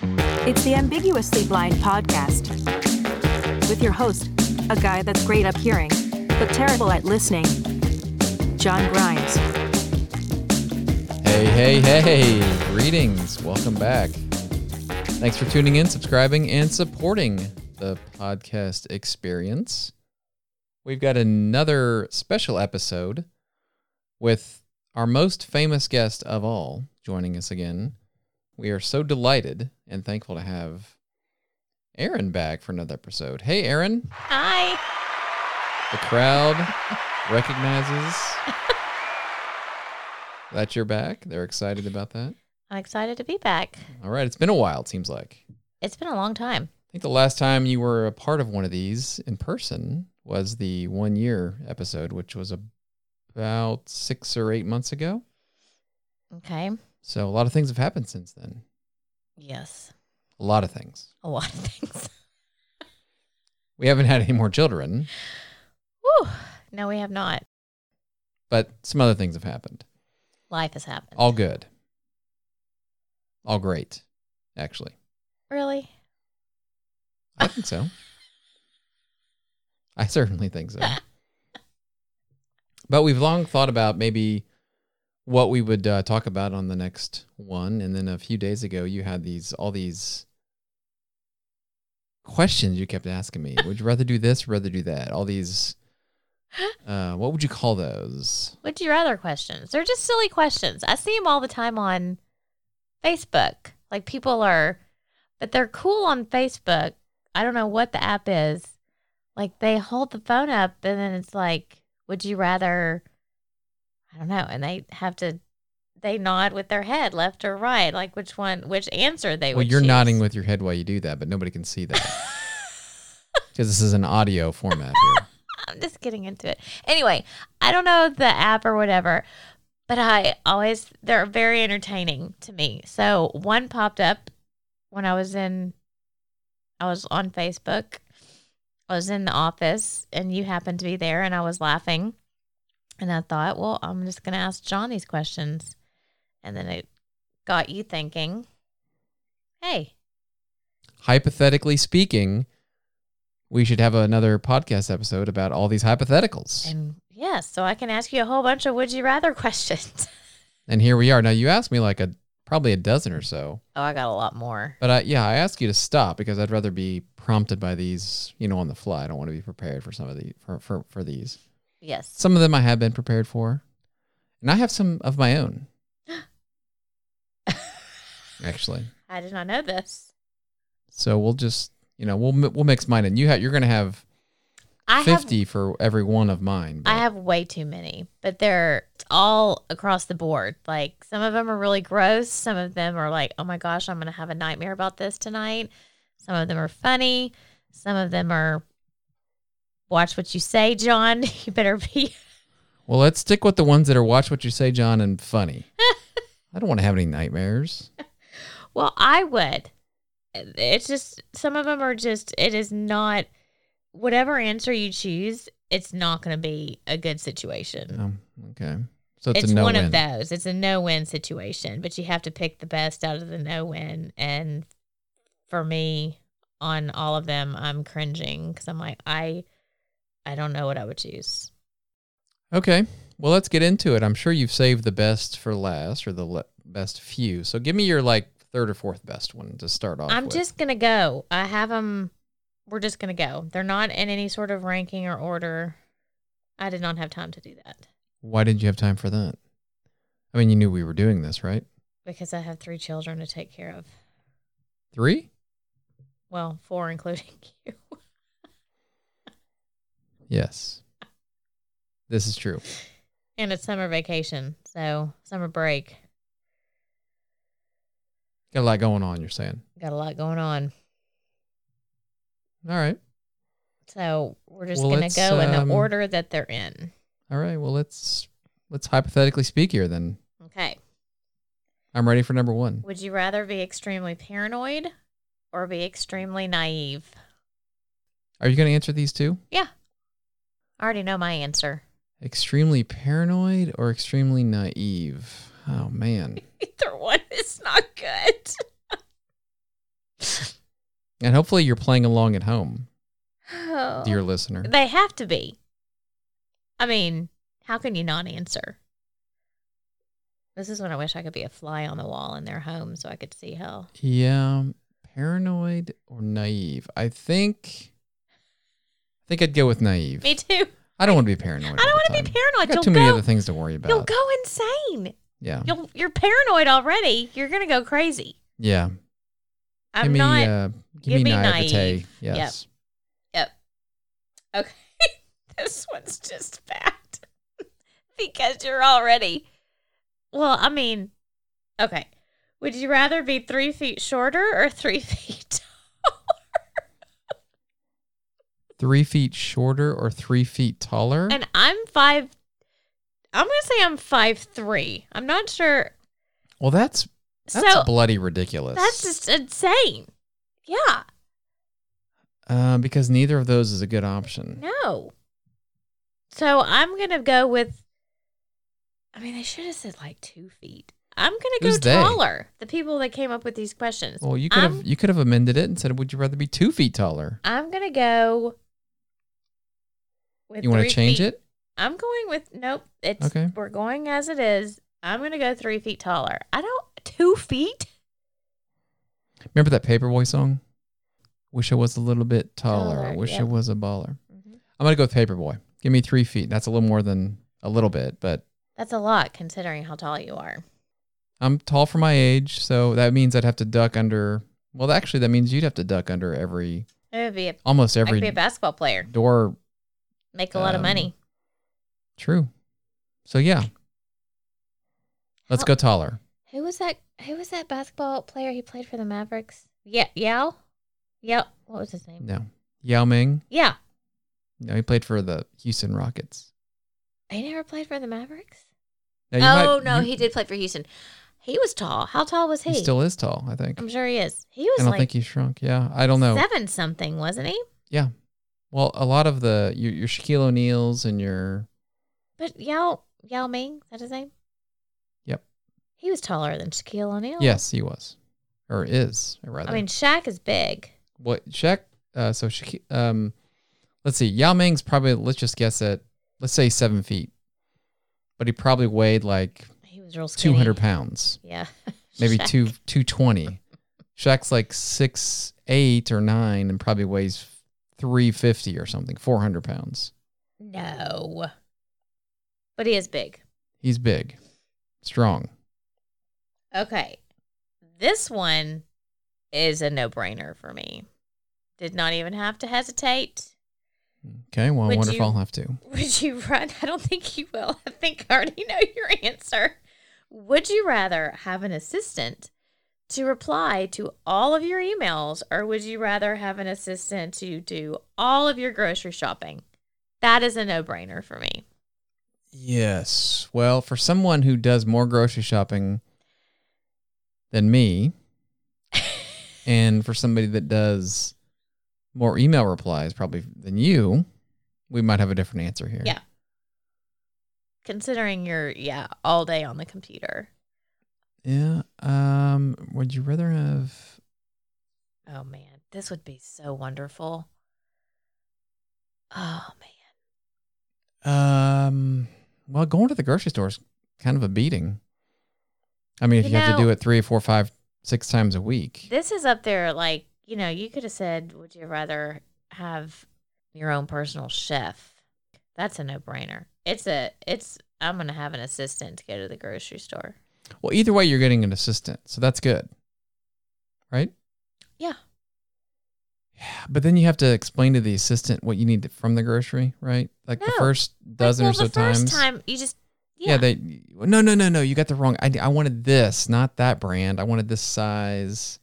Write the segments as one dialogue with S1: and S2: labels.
S1: It's the Ambiguously Blind podcast with your host, a guy that's great at hearing, but terrible at listening, John Grimes.
S2: Hey, hey, hey. Greetings. Welcome back. Thanks for tuning in, subscribing, and supporting the podcast experience. We've got another special episode with our most famous guest of all joining us again. We are so delighted and thankful to have Aaron back for another episode. Hey, Aaron.
S3: Hi.
S2: The crowd recognizes that you're back. They're excited about that.
S3: I'm excited to be back.
S2: All right. It's been a while, it seems like. I
S3: It's been a long time.
S2: think the last time you were a part of one of these in person was the one year episode, which was about six or eight months ago.
S3: Okay.
S2: So a lot of things have happened since then.
S3: Yes.
S2: A lot of things.
S3: A lot of things.
S2: We haven't had any more children,
S3: Woo. No, we have not.
S2: but some other things have happened.
S3: Life has happened.
S2: All good. All great, actually.
S3: really?
S2: I think so. I certainly think so. But we've long thought about maybe what we would uh, talk about on the next one, and then a few days ago, you had these all these questions you kept asking me. Would you rather do this, or rather do that? All these, uh, what would you call those?
S3: Would you rather questions? They're just silly questions. I see them all the time on Facebook. Like people are, but they're cool on Facebook. I don't know what the app is. Like they hold the phone up and then it's like, would you rather? I don't know. And they have to, they nod with their head left or right, like which one, which answer they
S2: Well,
S3: would.
S2: you're
S3: choose.
S2: nodding with your head while you do that, but nobody can see that because this is an audio format here.
S3: I'm just getting into it. Anyway, I don't know the app or whatever, but I always they're very entertaining to me. So one popped up when I was in I was on Facebook. I was in the office and you happened to be there and I was laughing. And I thought, well, I'm just gonna ask John these questions. And then it got you thinking, hey,
S2: hypothetically speaking, we should have another podcast episode about all these hypotheticals. And,
S3: and yes, so I can ask you a whole bunch of would you rather questions.
S2: here we are. Now you asked me like a probably a dozen or so,
S3: oh, I got a lot more.
S2: but I, yeah, I asked you to stop because I'd rather be prompted by these, you know, on the fly. I don't want to be prepared for some of these for, for, for these.
S3: Yes.
S2: Some of them I have been prepared for, and I have some of my own. actually,
S3: I did not know this.
S2: so we'll just you know we'll mi- we'll mix mine and you have you're gonna have
S3: I have
S2: fifty for every one of mine. but-
S3: I have way too many, but they're all across the board. Like some of them are really gross. Some of them are like, oh my gosh, I'm going to have a nightmare about this tonight. Some of them are funny. Some of them are, watch what you say, John. You better be.
S2: Well, let's stick with the ones that are watch what you say, John, and funny. I don't want to have any nightmares.
S3: Well, I would. It's just some of them are just. It is not whatever answer you choose. It's not going to be a good situation.
S2: Um, okay. So it's,
S3: it's
S2: a no
S3: one
S2: win.
S3: of those. It's a no win situation, but you have to pick the best out of the no win. And for me, on all of them, I'm cringing because I'm like, I, I don't know what I would choose.
S2: Okay. Well, let's get into it. I'm sure you've saved the best for last or the le- best few. So give me your like third or fourth best one to start off
S3: I'm
S2: with.
S3: just gonna go. I have them. We're just gonna go. They're not in any sort of ranking or order. I did not have time to do that
S2: Why didn't you have time for that? I mean, you knew we were doing this, right?
S3: because I have three children to take care of.
S2: Three?
S3: Well, four including you.
S2: Yes. This is true.
S3: And it's summer vacation, so summer break.
S2: Got a lot going on, you're saying.
S3: Got a lot going on.
S2: All right.
S3: So we're just
S2: Well,
S3: gonna
S2: let's,
S3: go in the
S2: um,
S3: order that they're in.
S2: All right. Well, let's let's hypothetically speak here then.
S3: Okay.
S2: I'm ready for number 1.
S3: Would you rather be extremely paranoid or be extremely naive?
S2: Are you going to answer these two?
S3: I already know my answer.
S2: Extremely paranoid or extremely naive? Oh man.
S3: Either one is not good.
S2: And hopefully you're playing along at home,
S3: Oh.
S2: dear listener.
S3: They have to be. I mean, how can you not answer? This is when I wish I could be a fly on the wall in their home so I could see how.
S2: Yeah, paranoid or naive? I think I think I'd go with naive.
S3: Me too.
S2: I don't want to be paranoid.
S3: I don't
S2: want to
S3: be
S2: I
S3: paranoid.
S2: got
S3: You'll
S2: too many
S3: go,
S2: other things to worry about.
S3: you'll go insane.
S2: Yeah.
S3: You'll, you're paranoid already. You're going to go crazy.
S2: Yeah.
S3: I'm
S2: give me
S3: not.
S2: uh, give,
S3: give
S2: me,
S3: me
S2: naivete.
S3: naive. Yep.
S2: Yes.
S3: Okay. this one's just bad because you're already. Well, I mean, okay. Would you rather be three feet shorter or three feet?
S2: Three feet shorter or three feet taller?
S3: And I'm five. I'm gonna say I'm five three. I'm not sure.
S2: well, that's that's
S3: so
S2: bloody ridiculous.
S3: that's just insane. Yeah.
S2: uh, because neither of those is a good option.
S3: No. So I'm gonna go with. I mean, they should have said like two feet. I'm gonna go
S2: Who's they?
S3: taller. The people that came up with these questions.
S2: Well, you could
S3: I'm-
S2: have you could have amended it and said, "Would you rather be two feet taller?"
S3: I'm gonna go. With
S2: You want to
S3: three
S2: change
S3: feet.
S2: it?
S3: I'm going with nope. It's
S2: Okay.
S3: we're going as it is. I'm gonna go three feet taller. I don't two feet
S2: Remember that Paperboy song? Wish I was a little bit taller.
S3: Taller,
S2: Wish I
S3: yep.
S2: was a baller.
S3: Mhm.
S2: I'm gonna go with Paperboy. Give me three feet. That's a little more than a little bit, but
S3: That's a lot considering how tall you are.
S2: I'm tall for my age, so that means I'd have to duck under. Well, actually, that means you'd have to duck under every
S3: It would be a,
S2: almost
S3: I could
S2: every
S3: be a basketball player,
S2: door.
S3: make a lot of
S2: Um,
S3: money.
S2: True. So yeah, let's go taller.
S3: Who was that? Who was that basketball player who played for the Mavericks? Yeah, Yao. Yao. What was his name?
S2: No, Yao Ming.
S3: Yeah,
S2: No, he played for the Houston Rockets.
S3: he never played for the Mavericks.
S2: Now, you
S3: oh
S2: might-
S3: no,
S2: you-
S3: he did play for Houston. He was tall. How tall was he?
S2: He still is tall, I think.
S3: I'm sure he is. He was
S2: I don't
S3: like
S2: think he shrunk. Yeah, I don't know.
S3: seven something, wasn't he?
S2: Well, a lot of the your, your Shaquille O'Neal's and your
S3: But Yao Yao Ming, is that his name?
S2: Yep.
S3: He was taller than Shaquille O'Neal.
S2: yes, he was or is rather.
S3: I mean, Shaq is big.
S2: what Shaq? Uh, so Shaqu um, let's see. Yao Ming's probably let's just guess it. Let's say seven feet, but he probably weighed like
S3: He was real skinny.
S2: two hundred pounds,
S3: Yeah.
S2: maybe
S3: Shaq.
S2: two two twenty. Shaq's like six eight or nine, and probably weighs three fifty or something, four hundred pounds.
S3: No. But he is big.
S2: He's big, strong.
S3: Okay. This one is a no brainer for me. Did not even have to hesitate.
S2: Okay, well, I
S3: Would
S2: wonder if
S3: you-
S2: I'll have to.
S3: Would you rather? I don't think you will. I think I already know your answer. Would you rather have an assistant to reply to all of your emails, or would you rather have an assistant to do all of your grocery shopping? That is a no brainer for me.
S2: Yes. Well, for someone who does more grocery shopping than me, and for somebody that does more email replies probably than you, we might have a different answer here.
S3: Yeah. Considering you're, yeah, all day on the computer.
S2: Yeah. Um, would you rather have
S3: Oh man, this would be so wonderful. Oh man.
S2: um well going to the grocery store is kind of a beating. I mean if you,
S3: You
S2: have to do
S3: know-
S2: it three, four, five, six times a week.
S3: This is up there like, you know, you could have said, would you rather have your own personal chef? That's a no-brainer. It's a it's I'm going to have an assistant to go to the grocery store.
S2: Well, either way you're getting an assistant, so that's good. Right?
S3: Yeah.
S2: But then you have to explain to the assistant what you need from the grocery, right? Like the
S3: No.
S2: first dozen
S3: like,
S2: or
S3: well,
S2: so
S3: the first
S2: times.
S3: time you just
S2: yeah.
S3: yeah.
S2: they no, no, no, no. You got the wrong. I, I wanted this, not that brand. I wanted this size.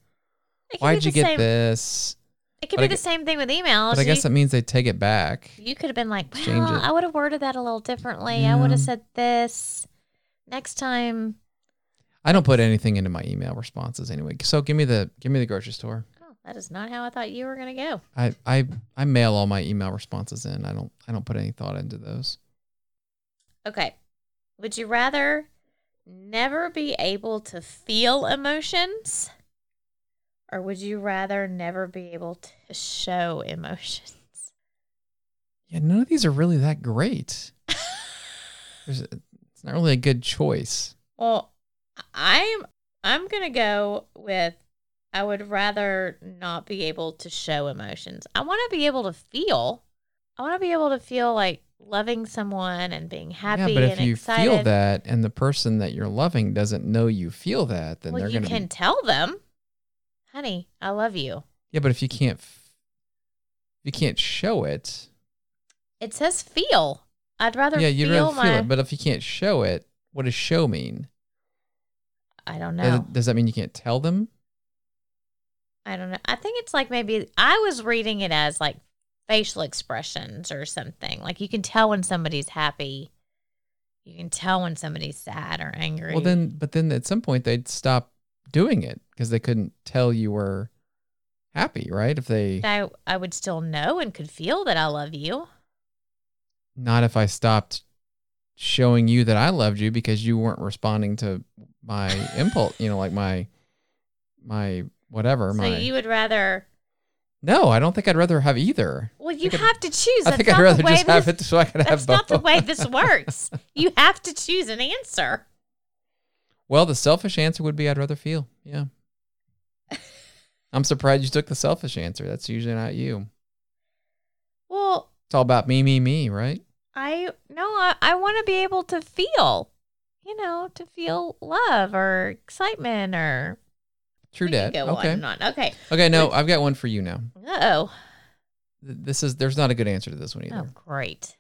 S3: it could be
S2: Why'd
S3: the
S2: you get
S3: same,
S2: this?
S3: It could
S2: but
S3: be
S2: I
S3: the
S2: gu-
S3: same thing with emails.
S2: But I guess
S3: you,
S2: that means they take it back.
S3: you could have been like,
S2: Change
S3: well,
S2: it.
S3: I would have worded that a little differently. I would have
S2: Yeah.
S3: said this next time.
S2: I don't put anything into my email responses anyway. So give me the give me the grocery store.
S3: Oh, that is not how I thought you were going to go.
S2: I I I mail all my email responses in. I don't I don't put any thought into those.
S3: Okay. Would you rather never be able to feel emotions Or would you rather never be able to show emotions?
S2: Yeah, none of these are really that great. There's a, it's not really a good choice.
S3: Well, I'm I'm gonna go with I would rather not be able to show emotions. I want to be able to feel. I want to be able to feel like loving someone and being happy
S2: yeah, but if
S3: and
S2: you
S3: excited.
S2: feel that and the person that you're loving doesn't know you feel that, then
S3: well,
S2: they're
S3: you
S2: going to
S3: can
S2: be
S3: tell them, honey, I love you.
S2: Yeah, but if you can't f- you can't show it.
S3: It says feel. I'd rather
S2: yeah, you'd
S3: feel
S2: rather
S3: my.
S2: feel it, but if you can't show it, what does show mean?
S3: I don't
S2: Does-
S3: know.
S2: Does, that mean you can't tell them?
S3: I don't know. I think it's like maybe I was reading it as like facial expressions or something. Like you can tell when somebody's happy. You can tell when somebody's sad or angry.
S2: Well, then, but then at some point they'd stop doing it because they couldn't tell you were happy, right? If they
S3: I I would still know and could feel that I love you.
S2: not if I stopped showing you that I loved you because you weren't responding to my impulse, you know, like my my whatever.
S3: so
S2: my
S3: you would rather.
S2: no, I don't think I'd rather have either.
S3: Well, you
S2: think I'd-
S3: have to choose.
S2: I
S3: That's
S2: think I'd
S3: not the
S2: rather
S3: way
S2: just have
S3: this-
S2: it so I could
S3: That's
S2: have both.
S3: not the way this works. you have to choose an answer.
S2: well, the selfish answer would be I'd rather feel. Yeah. I'm surprised you took the selfish answer. That's usually not you.
S3: Well,
S2: It's all about me, me, me, right?
S3: I no, I, I want to be able to feel, you know, to feel love or excitement or
S2: True
S3: We can
S2: debt.
S3: Go
S2: Okay.
S3: on, not okay.
S2: Okay, no, I've got one for you now.
S3: Uh oh.
S2: Th- This is there's not a good answer to this one either.
S3: Oh, great.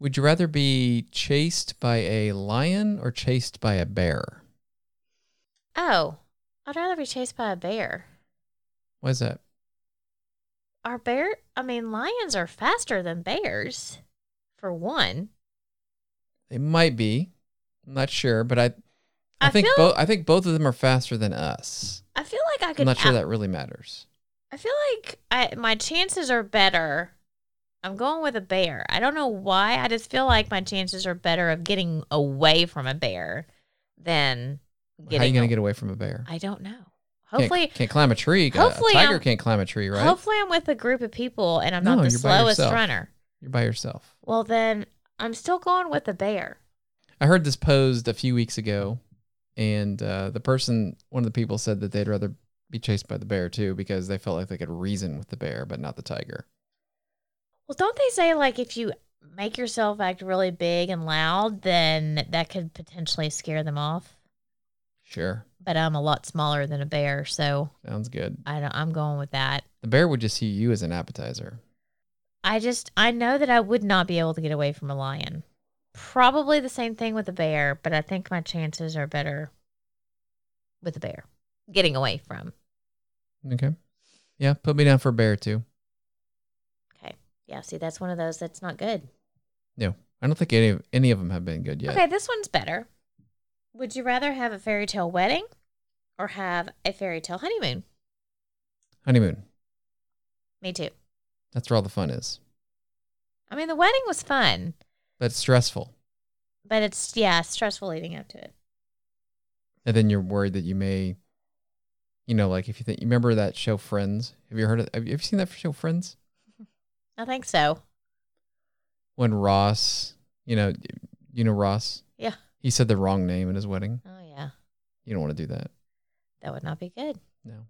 S2: Would you rather be chased by a lion or chased by a bear?
S3: Oh, I'd rather be chased by a bear.
S2: Why is that?
S3: Are bear? I mean, lions are faster than bears, for one.
S2: They might be. I'm not sure, but I I,
S3: I
S2: think
S3: feel-
S2: both I think both of them are faster than us.
S3: I feel like I could.
S2: I'm not sure
S3: out-
S2: that really matters.
S3: I feel like I my chances are better. I'm going with a bear. I don't know why. I just feel like my chances are better of getting away from a bear than getting.
S2: How are you going
S3: a-
S2: to get away from a bear?
S3: I don't know.
S2: Can't-
S3: Hopefully,
S2: can't, climb a tree. A-
S3: hopefully
S2: a tiger
S3: I'm-
S2: can't climb a tree, right?
S3: hopefully, I'm with a group of people and I'm
S2: No,
S3: not the
S2: you're by
S3: slowest
S2: yourself.
S3: runner.
S2: You're by yourself.
S3: Well, then I'm still going with the bear.
S2: I heard this posed a few weeks ago, and uh, the person, one of the people, said that they'd rather be chased by the bear too because they felt like they could reason with the bear, but not the tiger.
S3: Well, don't they say like if you make yourself act really big and loud, then that could potentially scare them off?
S2: Sure,
S3: But I'm a lot smaller than a bear, so
S2: sounds good.
S3: I don't, I'm going with that.
S2: The bear would just see you as an appetizer.
S3: I just I know that I would not be able to get away from a lion. Probably the same thing with a bear, but I think my chances are better with a bear getting away from.
S2: Okay. Yeah, put me down for bear too.
S3: Okay. Yeah, see that's one of those that's not good.
S2: I don't think any of, any of them have been good yet.
S3: Okay, this one's better. Would you rather have a fairy tale wedding or have a fairy tale honeymoon?
S2: Honeymoon.
S3: Me too.
S2: That's where all the fun is.
S3: I mean, the wedding was fun,
S2: But it's stressful.
S3: but it's yeah, stressful leading up to it.
S2: And then you're worried that you may, you know, like if you think, you remember that show Friends? Have you heard of, have you, have you seen that show Friends?
S3: I think so.
S2: when Ross, you know, you know Ross.
S3: Yeah.
S2: He said the wrong name at his wedding.
S3: Oh yeah,
S2: You don't want to do that.
S3: that would not be good.
S2: No.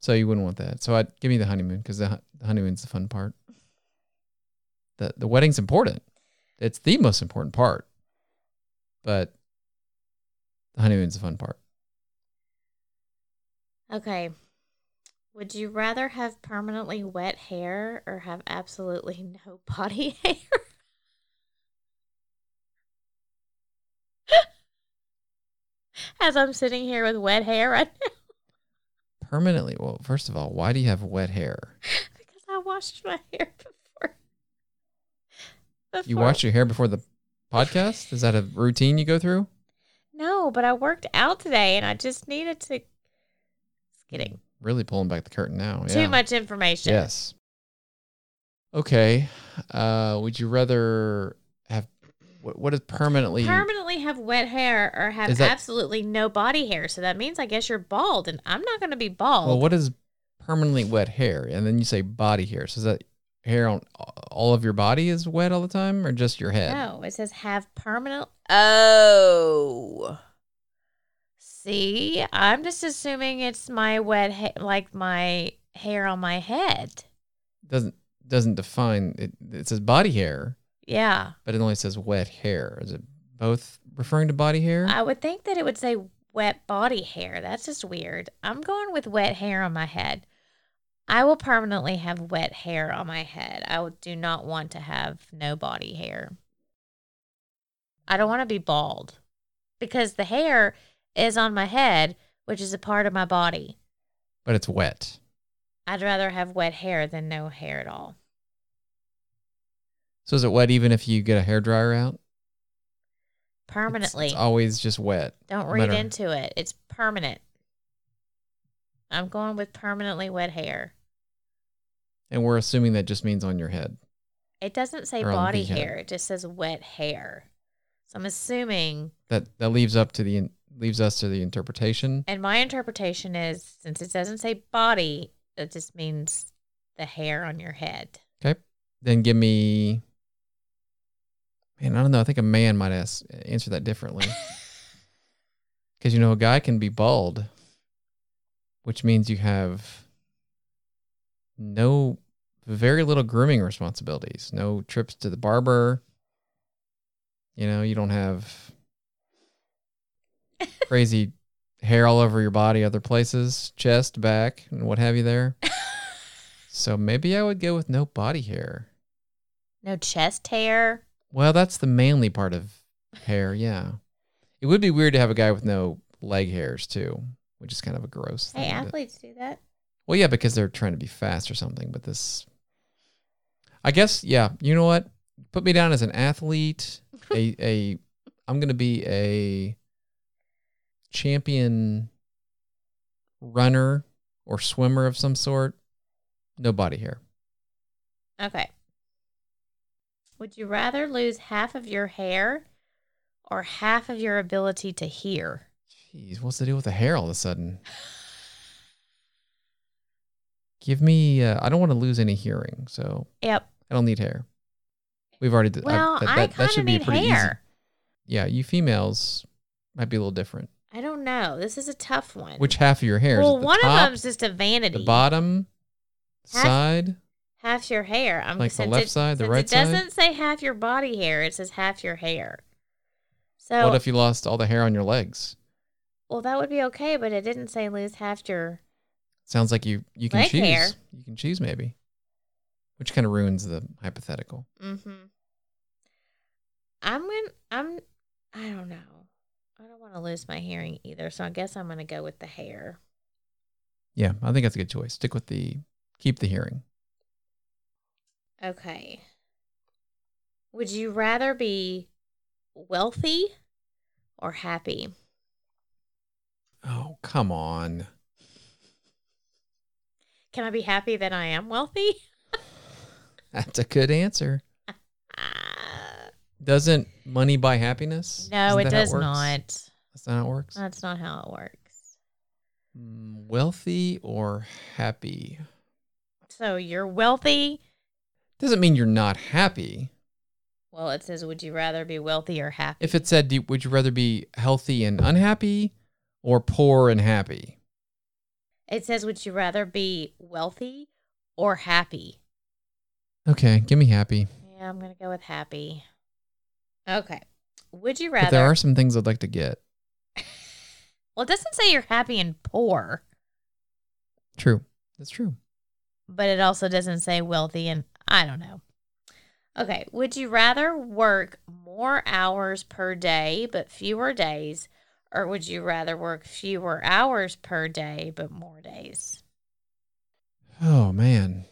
S2: So you wouldn't want that. So I'd give me the honeymoon because the, hu- the honeymoon's the fun part. The the wedding's important. It's the most important part. But the honeymoon's the fun part.
S3: Okay. Would you rather have permanently wet hair or have absolutely no body hair? As I'm sitting here with wet hair right now
S2: Permanently. Well, first of all, why do you have wet hair?
S3: because I washed my hair before. before.
S2: You wash your hair before the podcast? Is that a routine you go through?
S3: No, but I worked out today and I just needed to. Just kidding.
S2: Really pulling back the curtain now. yeah.
S3: Too much information.
S2: Yes. Okay. Uh, would you rather have What, what is permanently?
S3: Permanently have wet hair or have
S2: Is that-
S3: absolutely no body hair. So that means I guess you're bald, and I'm not going to be bald.
S2: well, what is permanently wet hair? And then you say body hair. So is that hair on all of your body is wet all the time, or just your head?
S3: No, it says have permanent. Oh. See, I'm just assuming it's my wet, ha- like my hair on my head.
S2: Doesn't doesn't define it. It says body hair,
S3: Yeah.
S2: but it only says wet hair. Is it both referring to body hair?
S3: I would think that it would say wet body hair. That's just weird. I'm going with wet hair on my head. I will permanently have wet hair on my head. I will- do not want to have no body hair. I don't want to be bald because the hair is on my head, which is a part of my body.
S2: but it's wet.
S3: I'd rather have wet hair than no hair at all.
S2: So is it wet even if you get a hair dryer out? It's-
S3: Permanently.
S2: it's always just wet.
S3: Don't
S2: no
S3: read
S2: matter-
S3: into it. It's permanent. I'm going with permanently wet hair.
S2: And we're assuming that just means on your head.
S3: It doesn't say
S2: Or on
S3: body
S2: the head.
S3: hair. It just says wet hair. So I'm assuming,
S2: That that leaves up to the in, leaves us to the interpretation.
S3: and my interpretation is since it doesn't say body, it just means the hair on your head.
S2: Okay. Then give me. Man, I don't know. I think a man might ask answer that differently. Because you know a guy can be bald, which means you have no very little grooming responsibilities, no trips to the barber. You know, you don't have crazy hair all over your body, other places, chest, back, and what have you there. so maybe I would go with no body hair.
S3: No chest hair.
S2: Well, that's the manly part of hair, yeah. It would be weird to have a guy with no leg hairs too, which is kind of a gross
S3: Hey,
S2: thing. to-
S3: athletes do that.
S2: Well, yeah, because they're trying to be fast or something, but this I guess, yeah, you know what? Put me down as an athlete, a a I'm gonna be a champion runner or swimmer of some sort. No body hair.
S3: Okay. Would you rather lose half of your hair or half of your ability to hear?
S2: Jeez, what's the deal with the hair all of a sudden? Give me. Uh, I don't want to lose any hearing, so
S3: Yep.
S2: I don't need hair. We've already. d- I-
S3: Well,
S2: that,
S3: I
S2: that- that
S3: kind of
S2: should be
S3: need
S2: pretty easy.
S3: hair.
S2: Yeah, you females might be a little different.
S3: I don't know. This is a tough one.
S2: Which half of your hair? is
S3: well,
S2: it the
S3: one
S2: top,
S3: of them's just a vanity.
S2: the bottom
S3: Half-
S2: side.
S3: half your hair. I'm
S2: Like the
S3: since
S2: left
S3: it-
S2: side, the
S3: since
S2: right
S3: it
S2: side?
S3: doesn't say half your body hair. It says half your hair. So
S2: What if you lost all the hair on your legs?
S3: well, that would be okay, but it didn't say lose half your.
S2: Sounds like you you can
S3: Leg
S2: choose.
S3: hair.
S2: You can choose maybe, which kind of ruins the hypothetical.
S3: Mm-hmm. I'm gonna. I'm. I don't know. I don't want to lose my hearing either, so I guess I'm gonna go with the hair.
S2: Yeah, I think that's a good choice. Stick with the keep the hearing.
S3: Okay. Would you rather be wealthy or happy?
S2: Oh, come on.
S3: Can I be happy that I am wealthy?
S2: That's a good answer.
S3: Ah.
S2: Doesn't money buy happiness?
S3: No,
S2: Isn't
S3: it
S2: that how
S3: does
S2: works?
S3: not. Uh.
S2: That's not how it works.
S3: That's not how it works.
S2: Mm, Wealthy or happy?
S3: So you're wealthy.
S2: Doesn't mean you're not happy.
S3: Well, it says, would you rather be wealthy or happy?
S2: If it said, do- would you rather be healthy and unhappy or poor and happy?
S3: it says, would you rather be wealthy or happy?
S2: Okay, give me happy.
S3: Yeah, I'm gonna go with happy. Okay. Would you
S2: But there
S3: rather?
S2: are some things I'd like to get.
S3: well, it doesn't say you're happy and poor,
S2: True. That's true.
S3: but it also doesn't say wealthy and I don't know. Okay. Would you rather work more hours per day but fewer days, or would you rather work fewer hours per day but more days?
S2: Oh, man.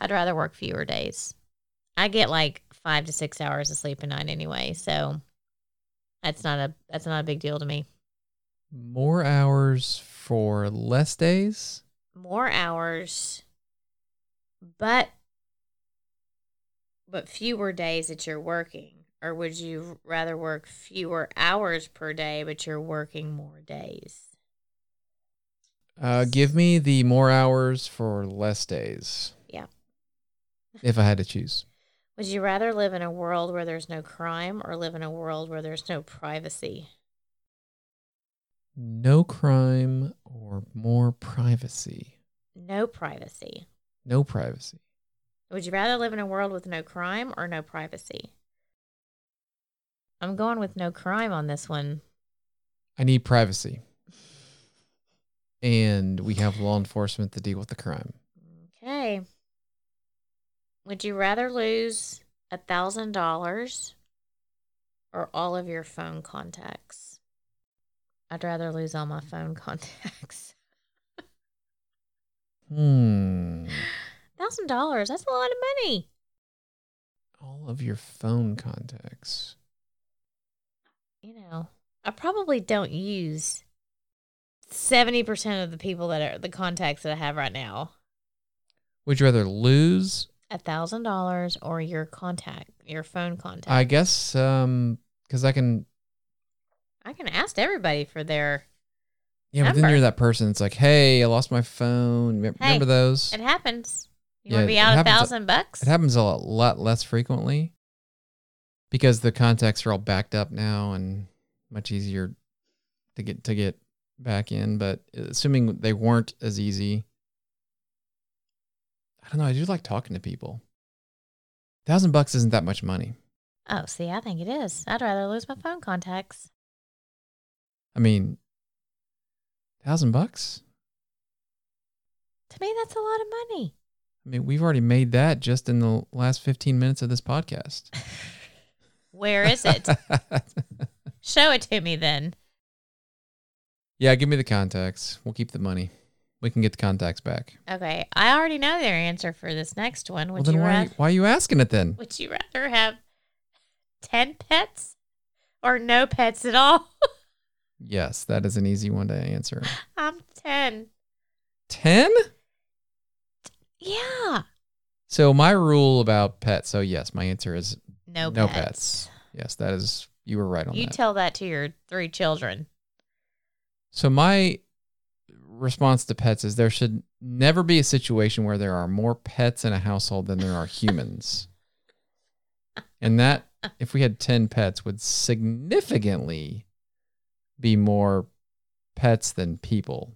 S3: I'd rather work fewer days. I get like five to six hours of sleep a night anyway, so that's not a that's not a big deal to me.
S2: More hours for less days?
S3: More hours, but but fewer days that you're working, or would you rather work fewer hours per day but you're working more days?
S2: Uh, give me the more hours for less days.
S3: Yeah.
S2: if I had to choose.
S3: Would you rather live in a world where there's no crime or live in a world where there's no privacy?
S2: No crime or more privacy.
S3: No privacy.
S2: No privacy.
S3: Would you rather live in a world with no crime or no privacy? I'm going with no crime on this one.
S2: I need privacy. And we have law enforcement to deal with the crime.
S3: Okay. Would you rather lose a thousand dollars or all of your phone contacts? I'd rather lose all my phone contacts.
S2: Hmm.
S3: Thousand dollars, that's a lot of money.
S2: All of your phone contacts.
S3: You know, I probably don't use seventy percent of the people that are the contacts that I have right now.
S2: Would you rather lose?
S3: A thousand dollars or your contact your phone contact.
S2: I guess um because I can Uh,
S3: I can ask everybody for their
S2: yeah, but then
S3: Remember.
S2: you're that person that's like, hey, I lost my phone. Remember,
S3: Hey,
S2: remember those?
S3: it happens. You
S2: Yeah,
S3: wanna be
S2: it
S3: out a
S2: happens.
S3: thousand bucks?
S2: It happens a lot, lot less frequently because the contacts are all backed up now and much easier to get to get back in. But assuming they weren't as easy, I don't know. I do like talking to people. Thousand bucks isn't that much money.
S3: Oh, see, I think it is. I'd rather lose my phone contacts.
S2: I mean, thousand bucks.
S3: To me, that's a lot of money.
S2: I mean, we've already made that just in the last fifteen minutes of this podcast.
S3: Where is it? Show it to me then.
S2: yeah, give me the contacts. We'll keep the money. We can get the contacts back.
S3: Okay, I already know their answer for this next one.
S2: Well,
S3: Would
S2: then
S3: you
S2: why,
S3: rather?
S2: why are you asking it then?
S3: Would you rather have ten pets or no pets at all?
S2: Yes, that is an easy one to answer.
S3: I'm ten.
S2: 10?
S3: Yeah.
S2: So, my rule about pets. So, yes, my answer is
S3: No,
S2: No
S3: pets.
S2: yes, that is, you were right on
S3: You
S2: that.
S3: tell that to your three children.
S2: so, my response to pets is there should never be a situation where there are more pets in a household than there are humans. and that, if we had 10 pets, would significantly be more pets than people.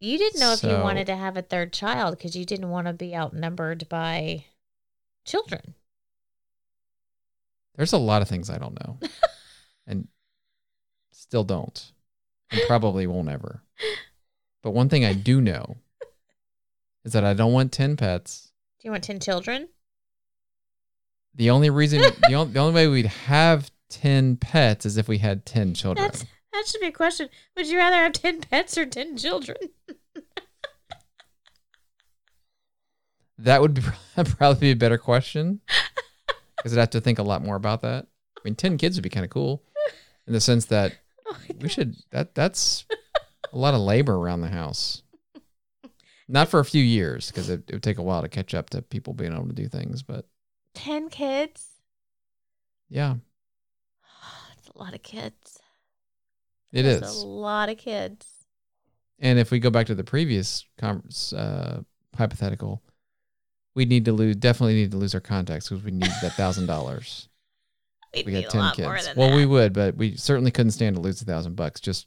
S3: You didn't know if you
S2: So-
S3: wanted to have a third child because you didn't want to be outnumbered by children.
S2: There's a lot of things I don't know and still don't and probably won't ever. But one thing I do know is that I don't want 10 pets.
S3: Do you want ten children?
S2: The only reason, the, only, the only way we'd have 10 pets is if we had 10 children.
S3: That's that should be a question. Would you rather have ten pets or ten children?
S2: That would be, probably be a better question because I'd have to think a lot more about that. I mean, 10 kids would be kind of cool in the sense that
S3: Oh my
S2: we
S3: God.
S2: should, that that's a lot of labor around the house. Not for a few years because it, it would take a while to catch up to people being able to do things. But
S3: ten kids. Oh,
S2: yeah,
S3: It's a lot of kids.
S2: it is.
S3: That's a lot of kids.
S2: And if we go back to the previous converse, uh, hypothetical, we need to lose, definitely need to lose our contacts because we need that thousand dollars.
S3: We'd
S2: we
S3: need
S2: got
S3: a
S2: 10
S3: lot
S2: kids.
S3: more than
S2: well,
S3: that.
S2: we would, but we certainly couldn't stand to lose a thousand bucks just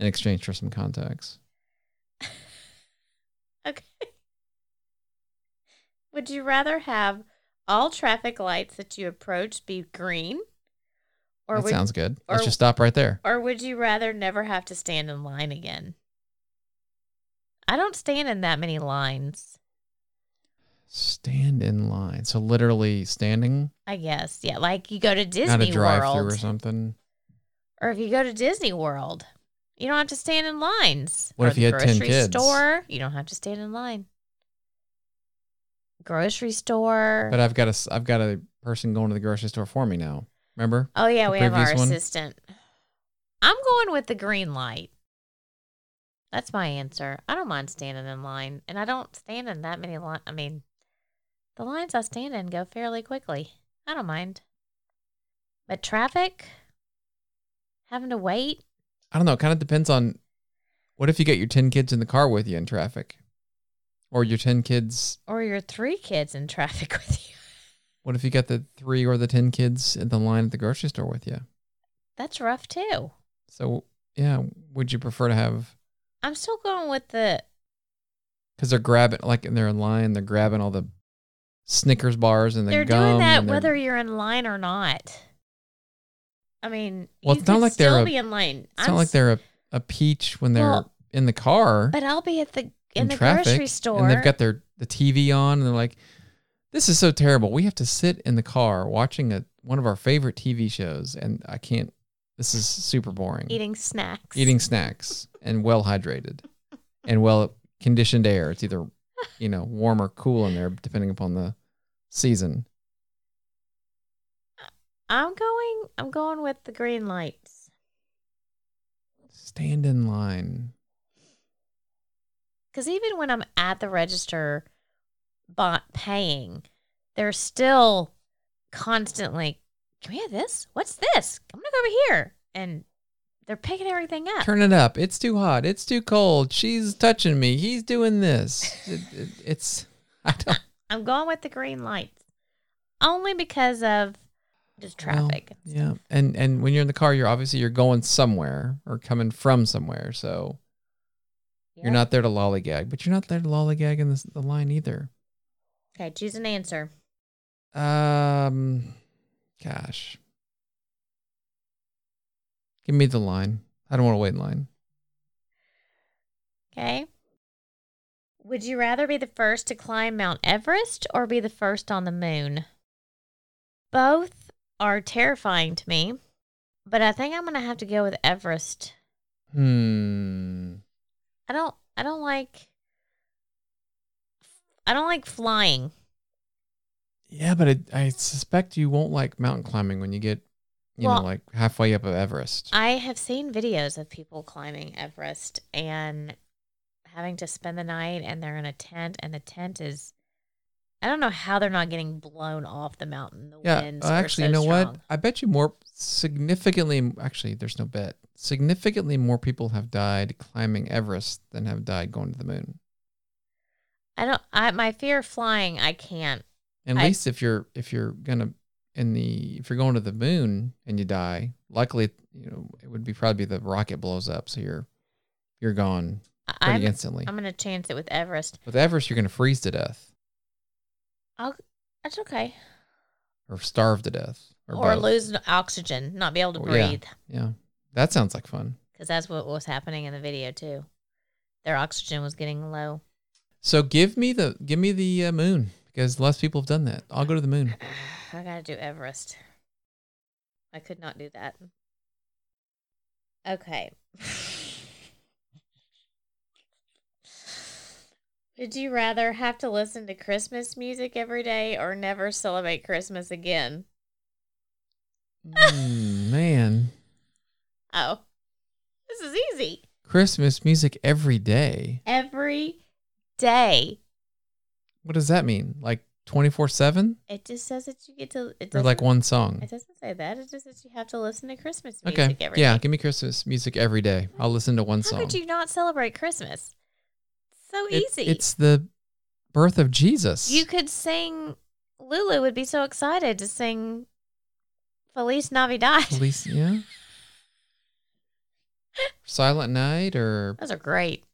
S2: in exchange for some contacts.
S3: Okay. Would you rather have all traffic lights that you approach be green, or
S2: that
S3: would
S2: sounds good. Let's
S3: or-
S2: just stop right there.
S3: or would you rather never have to stand in line again? I don't stand in that many lines.
S2: Stand in line. So literally standing,
S3: I guess, yeah. Like you go to
S2: not
S3: Disney
S2: a drive
S3: World,
S2: through or something.
S3: or if you go to Disney World, you don't have to stand in lines.
S2: What
S3: Or
S2: if you
S3: the
S2: had 10
S3: grocery
S2: kids?
S3: Store, you don't have to stand in line. Grocery store.
S2: But I've got a s- I've got a person going to the grocery store for me now. Remember?
S3: oh yeah,
S2: the
S3: we have our
S2: previous one?
S3: assistant. I'm going with the green light. That's my answer. I don't mind standing in line, and I don't stand in that many line. I mean, the lines I stand in go fairly quickly. I don't mind. But traffic, having to wait.
S2: I don't know. It kind of depends on what if you get your 10 kids in the car with you in traffic? Or your 10 kids.
S3: Or your three kids in traffic with you.
S2: What if you got the three or the 10 kids in the line at the grocery store with you?
S3: That's rough too.
S2: So, yeah, would you prefer to have.
S3: I'm still going with the
S2: Because they're grabbing, like, and they're in line, they're grabbing all the Snickers bars and the
S3: they're
S2: gum.
S3: doing that
S2: and they're-
S3: whether you're in line or not. I mean,
S2: Well,
S3: you
S2: it's not
S3: could
S2: like they're
S3: still
S2: a-
S3: be in line.
S2: It's
S3: I'm
S2: not like
S3: s-
S2: they're a, a peach when they're
S3: Well,
S2: in the car.
S3: But I'll be at the in, the
S2: traffic,
S3: grocery store.
S2: and they've got their the TV on, and they're like, "This is so terrible. We have to sit in the car watching a one of our favorite TV shows, and I can't. This is super boring.
S3: eating snacks.
S2: Eating snacks and well hydrated, and well conditioned air. It's either you know warm or cool in there, depending upon the season.
S3: I'm going. I'm going with the green lights.
S2: Stand in line.
S3: Because even when I'm at the register, bot paying, they're still constantly. Can we have this? What's this? I'm gonna go over here, and they're picking everything up.
S2: Turn it up. It's too hot. It's too cold. She's touching me. He's doing this. It, it, it's. I don't.
S3: I'm going with the green lights only because of just
S2: Well,
S3: traffic.
S2: yeah, and and when you're in the car, you're obviously you're going somewhere or coming from somewhere, so
S3: Yep.
S2: you're not there to lollygag, but you're not there to lollygag in this, the line either.
S3: okay. Choose an answer.
S2: Um, gosh, give me the line. I don't want to wait in line.
S3: Okay. Would you rather be the first to climb Mount Everest or be the first on the moon? Both are terrifying to me, but I think I'm going to have to go with Everest.
S2: Hmm.
S3: I don't I don't like I don't like flying.
S2: Yeah, but it, I suspect you won't like mountain climbing when you get, you
S3: Well-
S2: know, like halfway up of Everest.
S3: I have seen videos of people climbing Everest and having to spend the night and they're in a tent and the tent is I don't know how they're not getting blown off the mountain. The
S2: Yeah,
S3: winds
S2: uh,
S3: were
S2: actually,
S3: so
S2: you know
S3: strong.
S2: what? I bet you more significantly. Actually, there's no bet. Significantly more people have died climbing Everest than have died going to the moon.
S3: I don't. I my fear of flying. I can't.
S2: At
S3: I-
S2: least if you're if you're gonna in the if you're going to the moon and you die, likely you know it would be probably the rocket blows up, so you're you're gone
S3: I-
S2: pretty
S3: I'm,
S2: instantly.
S3: I'm gonna chance it with Everest.
S2: With Everest, you're gonna freeze to death
S3: I'll, that's okay.
S2: or starve to death or,
S3: Or,
S2: both.
S3: lose oxygen, not be able to
S2: Well, yeah.
S3: breathe,
S2: Yeah, that sounds like fun.
S3: because that's what was happening in the video too. Their oxygen was getting low.
S2: So give me the give me the uh, moon because less people have done that. I'll go to the moon.
S3: I gotta do Everest. I could not do that. Okay. Would you rather have to listen to Christmas music every day or never celebrate Christmas again?
S2: Mm, man,
S3: Oh, this is easy.
S2: Christmas music every day.
S3: Every day.
S2: What does that mean? Like 24 7
S3: It just says that you get to.
S2: or
S3: It doesn't,
S2: like one song?
S3: It doesn't say that. It just says you have to listen to Christmas music
S2: Okay.
S3: every
S2: Yeah.
S3: day.
S2: Give me Christmas music every day. I'll listen to one
S3: How
S2: song.
S3: could you not celebrate Christmas? So
S2: It-
S3: easy.
S2: it's the birth of Jesus.
S3: you could sing. Lulu would be so excited to sing Feliz Navidad.
S2: Police. Yeah. Silent Night or,
S3: Those are great.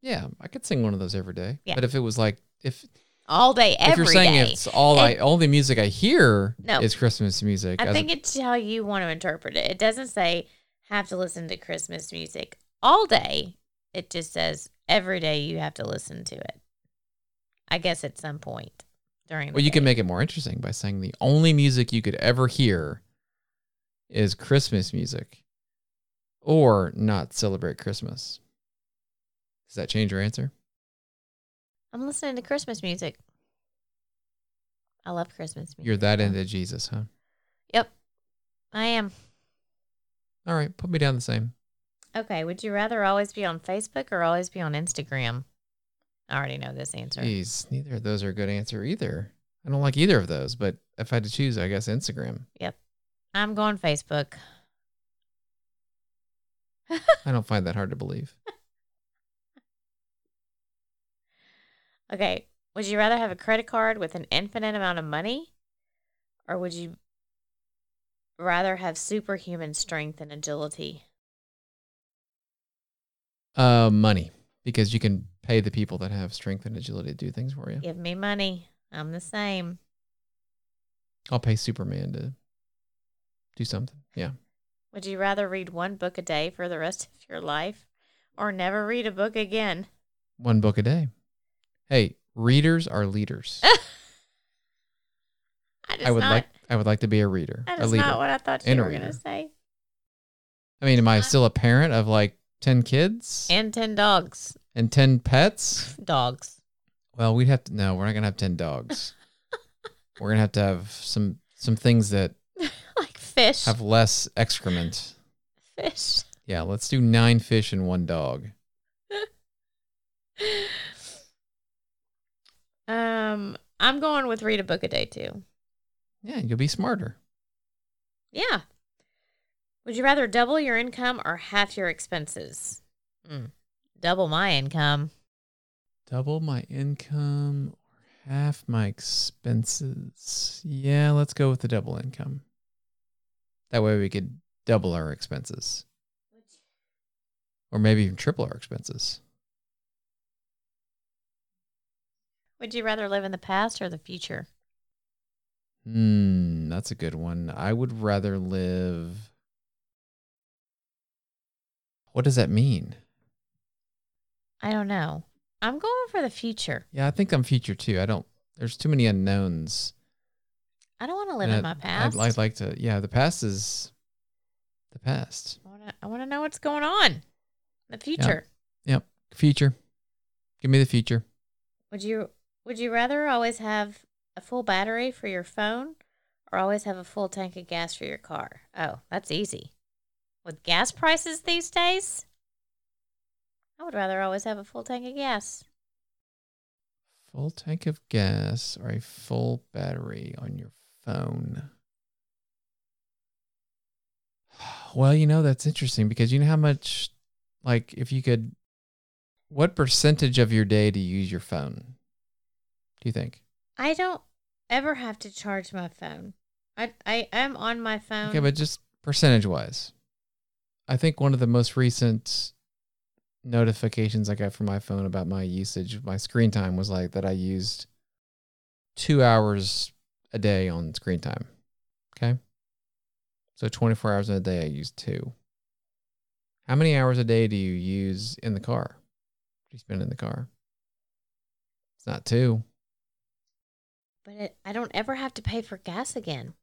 S2: yeah, I could sing one of those every day.
S3: Yeah.
S2: But if it was like, if,
S3: All day, every day.
S2: if you're saying it's all I,
S3: And-
S2: all the music I hear
S3: No.
S2: is Christmas music.
S3: I
S2: as a-
S3: think it's how you want to interpret it. It doesn't say have to listen to Christmas music all day. It just says every day you have to listen to it. I guess at some point during the
S2: Well, you
S3: day.
S2: can make it more interesting by saying the only music you could ever hear is Christmas music or not celebrate Christmas. Does that change your answer?
S3: I'm listening to Christmas music. I love Christmas music.
S2: You're that into Jesus, huh?
S3: Yep. I am.
S2: All right, put me down the same.
S3: Okay, would you rather always be on Facebook or always be on Instagram? I already know this answer.
S2: Jeez, neither of those are a good answer either. I don't like either of those, but if I had to choose, I guess Instagram.
S3: I'm going Facebook.
S2: I don't find that hard to believe.
S3: Okay. Would you rather have a credit card with an infinite amount of money or would you rather have superhuman strength and agility?
S2: Uh, money, because you can pay the people that have strength and agility to do things for you.
S3: Give me money. I'm the same.
S2: I'll pay Superman to do something. Yeah.
S3: Would you rather read one book a day for the rest of your life or never read a book again?
S2: One book a day. Hey, readers are leaders.
S3: That is
S2: I would
S3: not,
S2: like I would like to be a reader.
S3: that
S2: a
S3: is
S2: leader.
S3: not what I thought you
S2: and a
S3: were going to
S2: reader.
S3: say.
S2: I mean, am I
S3: Huh?
S2: still a parent of like 10 kids and,
S3: And 10 dogs.
S2: 10 pets?
S3: Dogs.
S2: Well, we'd have to no, we're not going to have 10 dogs. we're going to have to have some some things that
S3: like fish.
S2: have less excrement.
S3: fish.
S2: Yeah, let's do 9 fish and 1 dog.
S3: Um, I'm going with read a book a day too.
S2: Yeah, you'll be smarter.
S3: Yeah. Would you rather double your income or half your expenses? Mm. Double my income.
S2: Double my income or half my expenses. Yeah, let's go with the double income. That way we could double our expenses. Or maybe even triple our expenses.
S3: Would you rather live in the past or the future?
S2: Hmm, that's a good one. I would rather live. What does that mean?
S3: I don't know. I'm going for the future.
S2: Yeah, I think I'm future too. I don't, there's too many unknowns.
S3: I don't want to live
S2: And
S3: in my
S2: I'd-
S3: past.
S2: I'd, I'd like to, yeah, the past is the past.
S3: I want to. I want to know what's going on. in The future.
S2: Yep. Future. Give me the future.
S3: Would you Would you rather always have a full battery for your phone, or always have a full tank of gas for your car? Oh, that's easy. With gas prices these days, I would rather always have a full tank of gas.
S2: Full tank of gas or a full battery on your phone. Well, you know, that's interesting because you know how much, like, if you could, what percentage of your day do you use your phone? Do you think?
S3: I don't ever have to charge my phone. I I am on my phone.
S2: Okay, but just percentage wise. I think one of the most recent notifications I got from my phone about my usage of my screen time was like that I used two hours a day on screen time. Okay. So 24 hours in a day, I use two. How many hours a day do you use in the car? Do you spend in the car? It's not two.
S3: But it, I don't ever have to pay for gas again.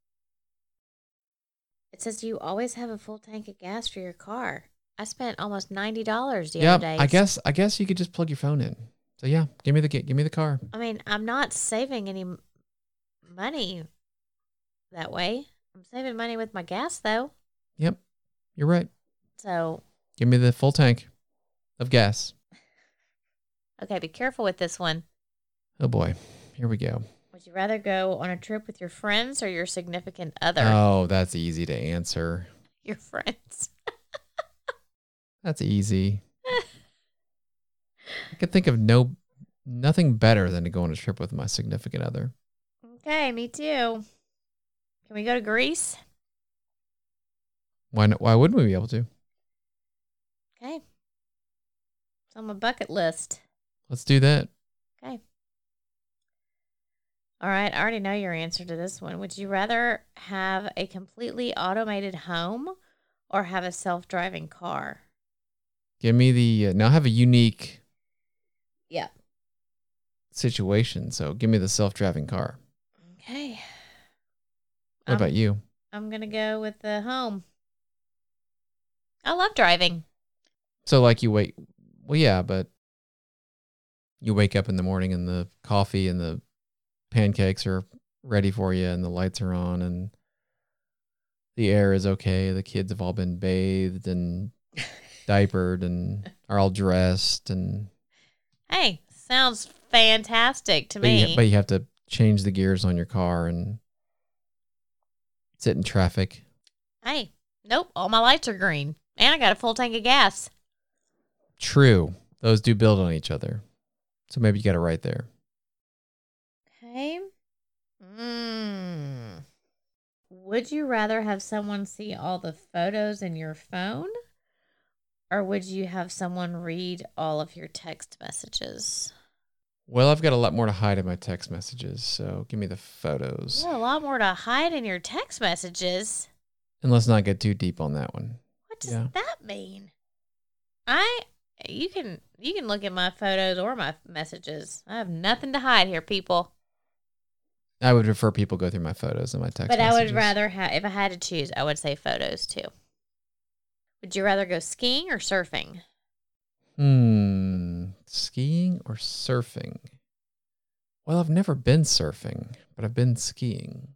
S3: It says you always have a full tank of gas for your car. I spent almost ninety dollars the
S2: Yeah,
S3: other day.
S2: I guess I guess you could just plug your phone in. So yeah, give me the give me the car.
S3: I mean, I'm not saving any m- money that way. I'm saving money with my gas though.
S2: Yep, you're right.
S3: So
S2: Give me the full tank of gas.
S3: okay, be careful with this one.
S2: Oh boy, here we go.
S3: Would you rather go on a trip with your friends or your significant other?
S2: Oh, that's easy to answer.
S3: Your friends.
S2: That's easy. I could think of no nothing better than to go on a trip with my significant other.
S3: Okay, me too. Can we go to Greece?
S2: Why not, why wouldn't we be able to?
S3: Okay. It's on my bucket list.
S2: Let's do that.
S3: Okay. All right. I already know your answer to this one. Would you rather have a completely automated home or have a self driving car?
S2: Give me the uh, now I have a unique
S3: Yeah.
S2: situation, so give me the self-driving car.
S3: Okay.
S2: What
S3: Um,
S2: about you?
S3: I'm going to go with the home. I love driving.
S2: So like you wait well yeah, but you wake up in the morning and the coffee and the pancakes are ready for you and the lights are on and the air is okay. The kids have all been bathed and diapered and are all dressed and
S3: Hey, sounds fantastic to
S2: but you,
S3: me.
S2: but you have to change the gears on your car and sit in traffic.
S3: Hey, nope. All my lights are green, and I got a full tank of gas.
S2: True. Those do build on each other. So maybe you got it right there.
S3: Okay. Mm. Would you rather have someone see all the photos in your phone, or would you have someone read all of your text messages?
S2: Well, I've got a lot more to hide in my text messages, so give me the photos.
S3: Well, a lot more to hide in your text messages.
S2: And let's not get too deep on that one.
S3: What does
S2: Yeah.
S3: that mean? I you can you can look at my photos or my messages. I have nothing to hide here, people.
S2: I would prefer people go through my photos and my text
S3: but I
S2: messages.
S3: would rather have if I had to choose, I would say photos too. Would you rather go skiing or surfing?
S2: Hmm. Skiing or surfing? Well, I've never been surfing, but I've been skiing.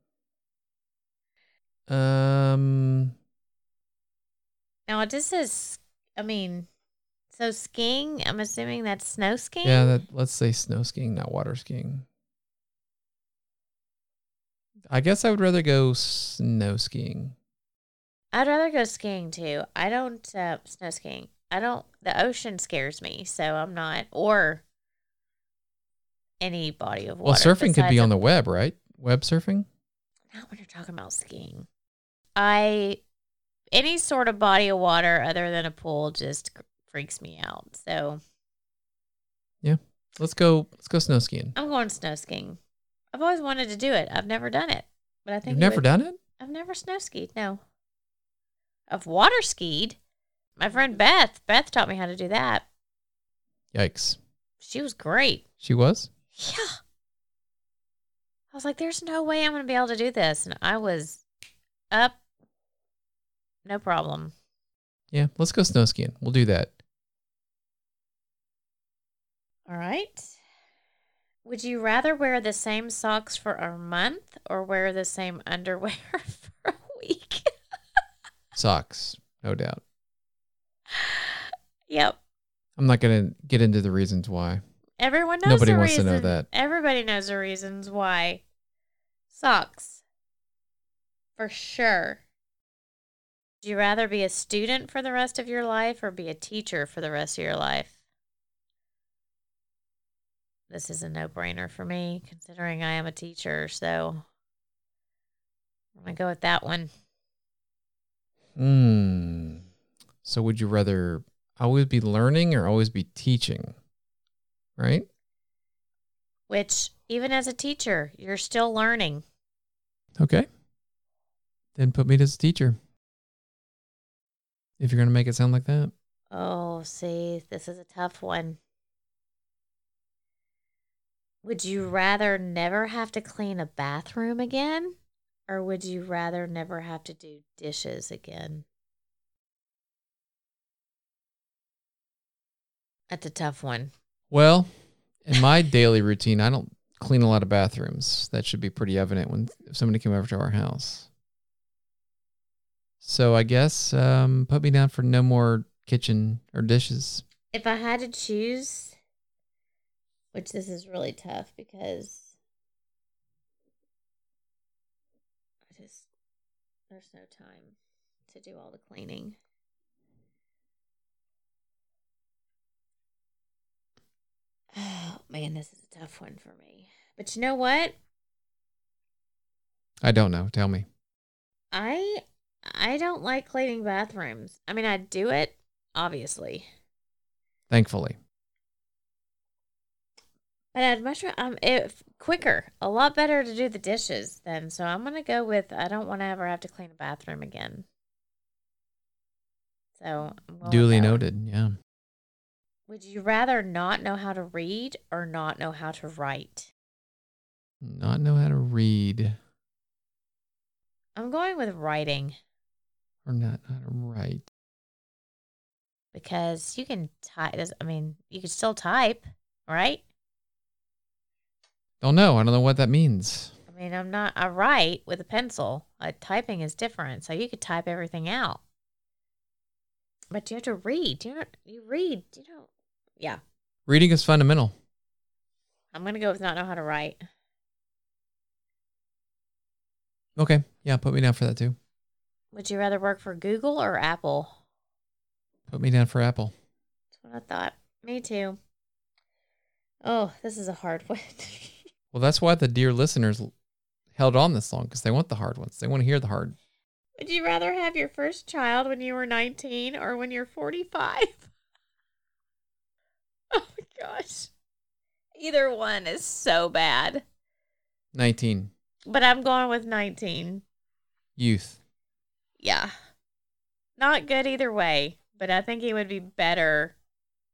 S2: Um.
S3: Now this is I mean so skiing, I'm assuming that's snow skiing.
S2: Yeah, that, let's say snow skiing, not water skiing. I guess I would rather go snow skiing.
S3: I'd rather go skiing too. I don't uh, snow skiing. I don't. The ocean scares me, so I'm not. Or any body of
S2: Well,
S3: water.
S2: surfing could be
S3: besides
S2: on the web, right? Web surfing?
S3: a- Not when you're talking about skiing. I any sort of body of water other than a pool just cr- freaks me out. So
S2: Let's go. Let's go snow skiing.
S3: I'm going snow skiing. I've always wanted to do it. I've never done it, but I think
S2: You've
S3: it
S2: never
S3: would-
S2: done it?
S3: I've never snow skied. No. I've water skied. My friend Beth. Beth taught me how to do that.
S2: Yikes!
S3: She was great.
S2: She was.
S3: Yeah. I was like, there's no way I'm going to be able to do this. And I was up, no problem.
S2: Yeah. Let's go snow skiing. We'll do that.
S3: All right. Would you rather wear the same socks for a month or wear the same underwear for a week?
S2: Socks, no doubt.
S3: yep.
S2: I'm not gonna get into the reasons why.
S3: Everyone knows
S2: Nobody
S3: the
S2: wants to know
S3: reason-
S2: that.
S3: Everybody knows the reasons why. Socks. For sure. Would you rather be a student for the rest of your life or be a teacher for the rest of your life? This is a no brainer for me, considering I am a teacher. So I'm going to go with that one.
S2: Hmm. So would you rather always be learning or always be teaching? Right?
S3: Which, even as a teacher, you're still learning.
S2: Okay. Then put me as a teacher. If you're gonna make it sound like that.
S3: Oh, see, this is a tough one. Would you rather never have to clean a bathroom again? Or would you rather never have to do dishes again? That's a tough one.
S2: Well, in my daily routine, I don't clean a lot of bathrooms. That should be pretty evident when if somebody came over to our house. So I guess um, put me down for no more kitchen or dishes.
S3: If I had to choose, which this is really tough because I just, there's no time to do all the cleaning. Oh man, this is a tough one for me. But you know what?
S2: I don't know. Tell me.
S3: I I don't like cleaning bathrooms. I mean, I do it obviously.
S2: Thankfully.
S3: But I'd much rather, um, if quicker, a lot better to do the dishes then. So I'm going to go with I don't want to ever have to clean a bathroom again. So I'm going with
S2: Duly
S3: that one.
S2: noted. Yeah.
S3: Would you rather not know how to read or not know how to write?
S2: Not know how to read
S3: I'm going with writing
S2: or not how to write.
S3: because you can type. I mean, you can still type, right?
S2: Don't know. I don't know what that means.
S3: I mean, I'm not. I write with a pencil. Uh, typing is different, so you could type everything out. But you have to read. You don't. You read. You don't. Yeah,
S2: Reading is fundamental.
S3: I'm gonna go with not know how to write.
S2: Okay. Yeah. Put me down for that too.
S3: Would you rather work for Google or Apple?
S2: Put me down for Apple.
S3: That's what I thought. Me too. Oh, this is a hard one.
S2: Well, that's why the dear listeners l- held on this long because they want the hard ones. They want to hear the hard.
S3: Would you rather have your first child when you were 19 or when you're 45? Oh my gosh. Either one is so bad.
S2: 19.
S3: But I'm going with 19.
S2: Youth.
S3: Yeah. Not good either way, but I think he would be better.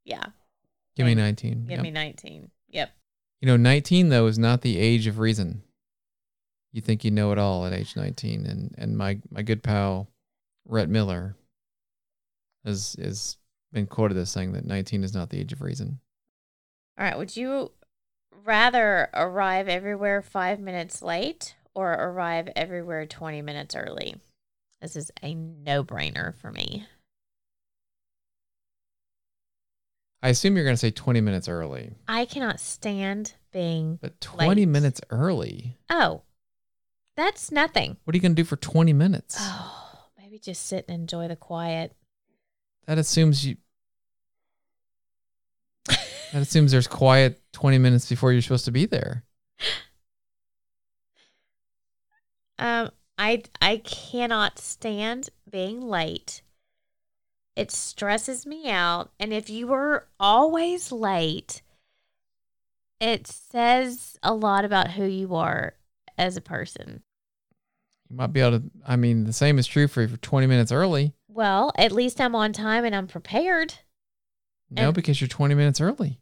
S3: Yeah.
S2: Give me
S3: Thank-
S2: 19.
S3: Give
S2: Yep.
S3: me 19. Yep.
S2: You know, 19 though is not the age of reason. You think you know it all at age 19 and and my my good pal Rhett Miller has is been quoted as saying that 19 is not the age of reason.
S3: All right. Would you rather arrive everywhere five minutes late or arrive everywhere 20 minutes early? This is a no brainer for me.
S2: I assume you're going to say 20 minutes early.
S3: I cannot stand being.
S2: But 20
S3: Late.
S2: minutes early.
S3: Oh, that's nothing.
S2: What are you going to do for 20 minutes?
S3: Oh, maybe just sit and enjoy the quiet.
S2: That assumes you That assumes there's quiet 20 minutes before you're supposed to be there.
S3: Um, I I cannot stand being late. It stresses me out, and if you are always late, it says a lot about who you are as a person.
S2: You might be able to I mean, the same is true for if you're 20 minutes early.
S3: Well, at least I'm on time and I'm prepared
S2: No,
S3: And-
S2: because you're 20 minutes early.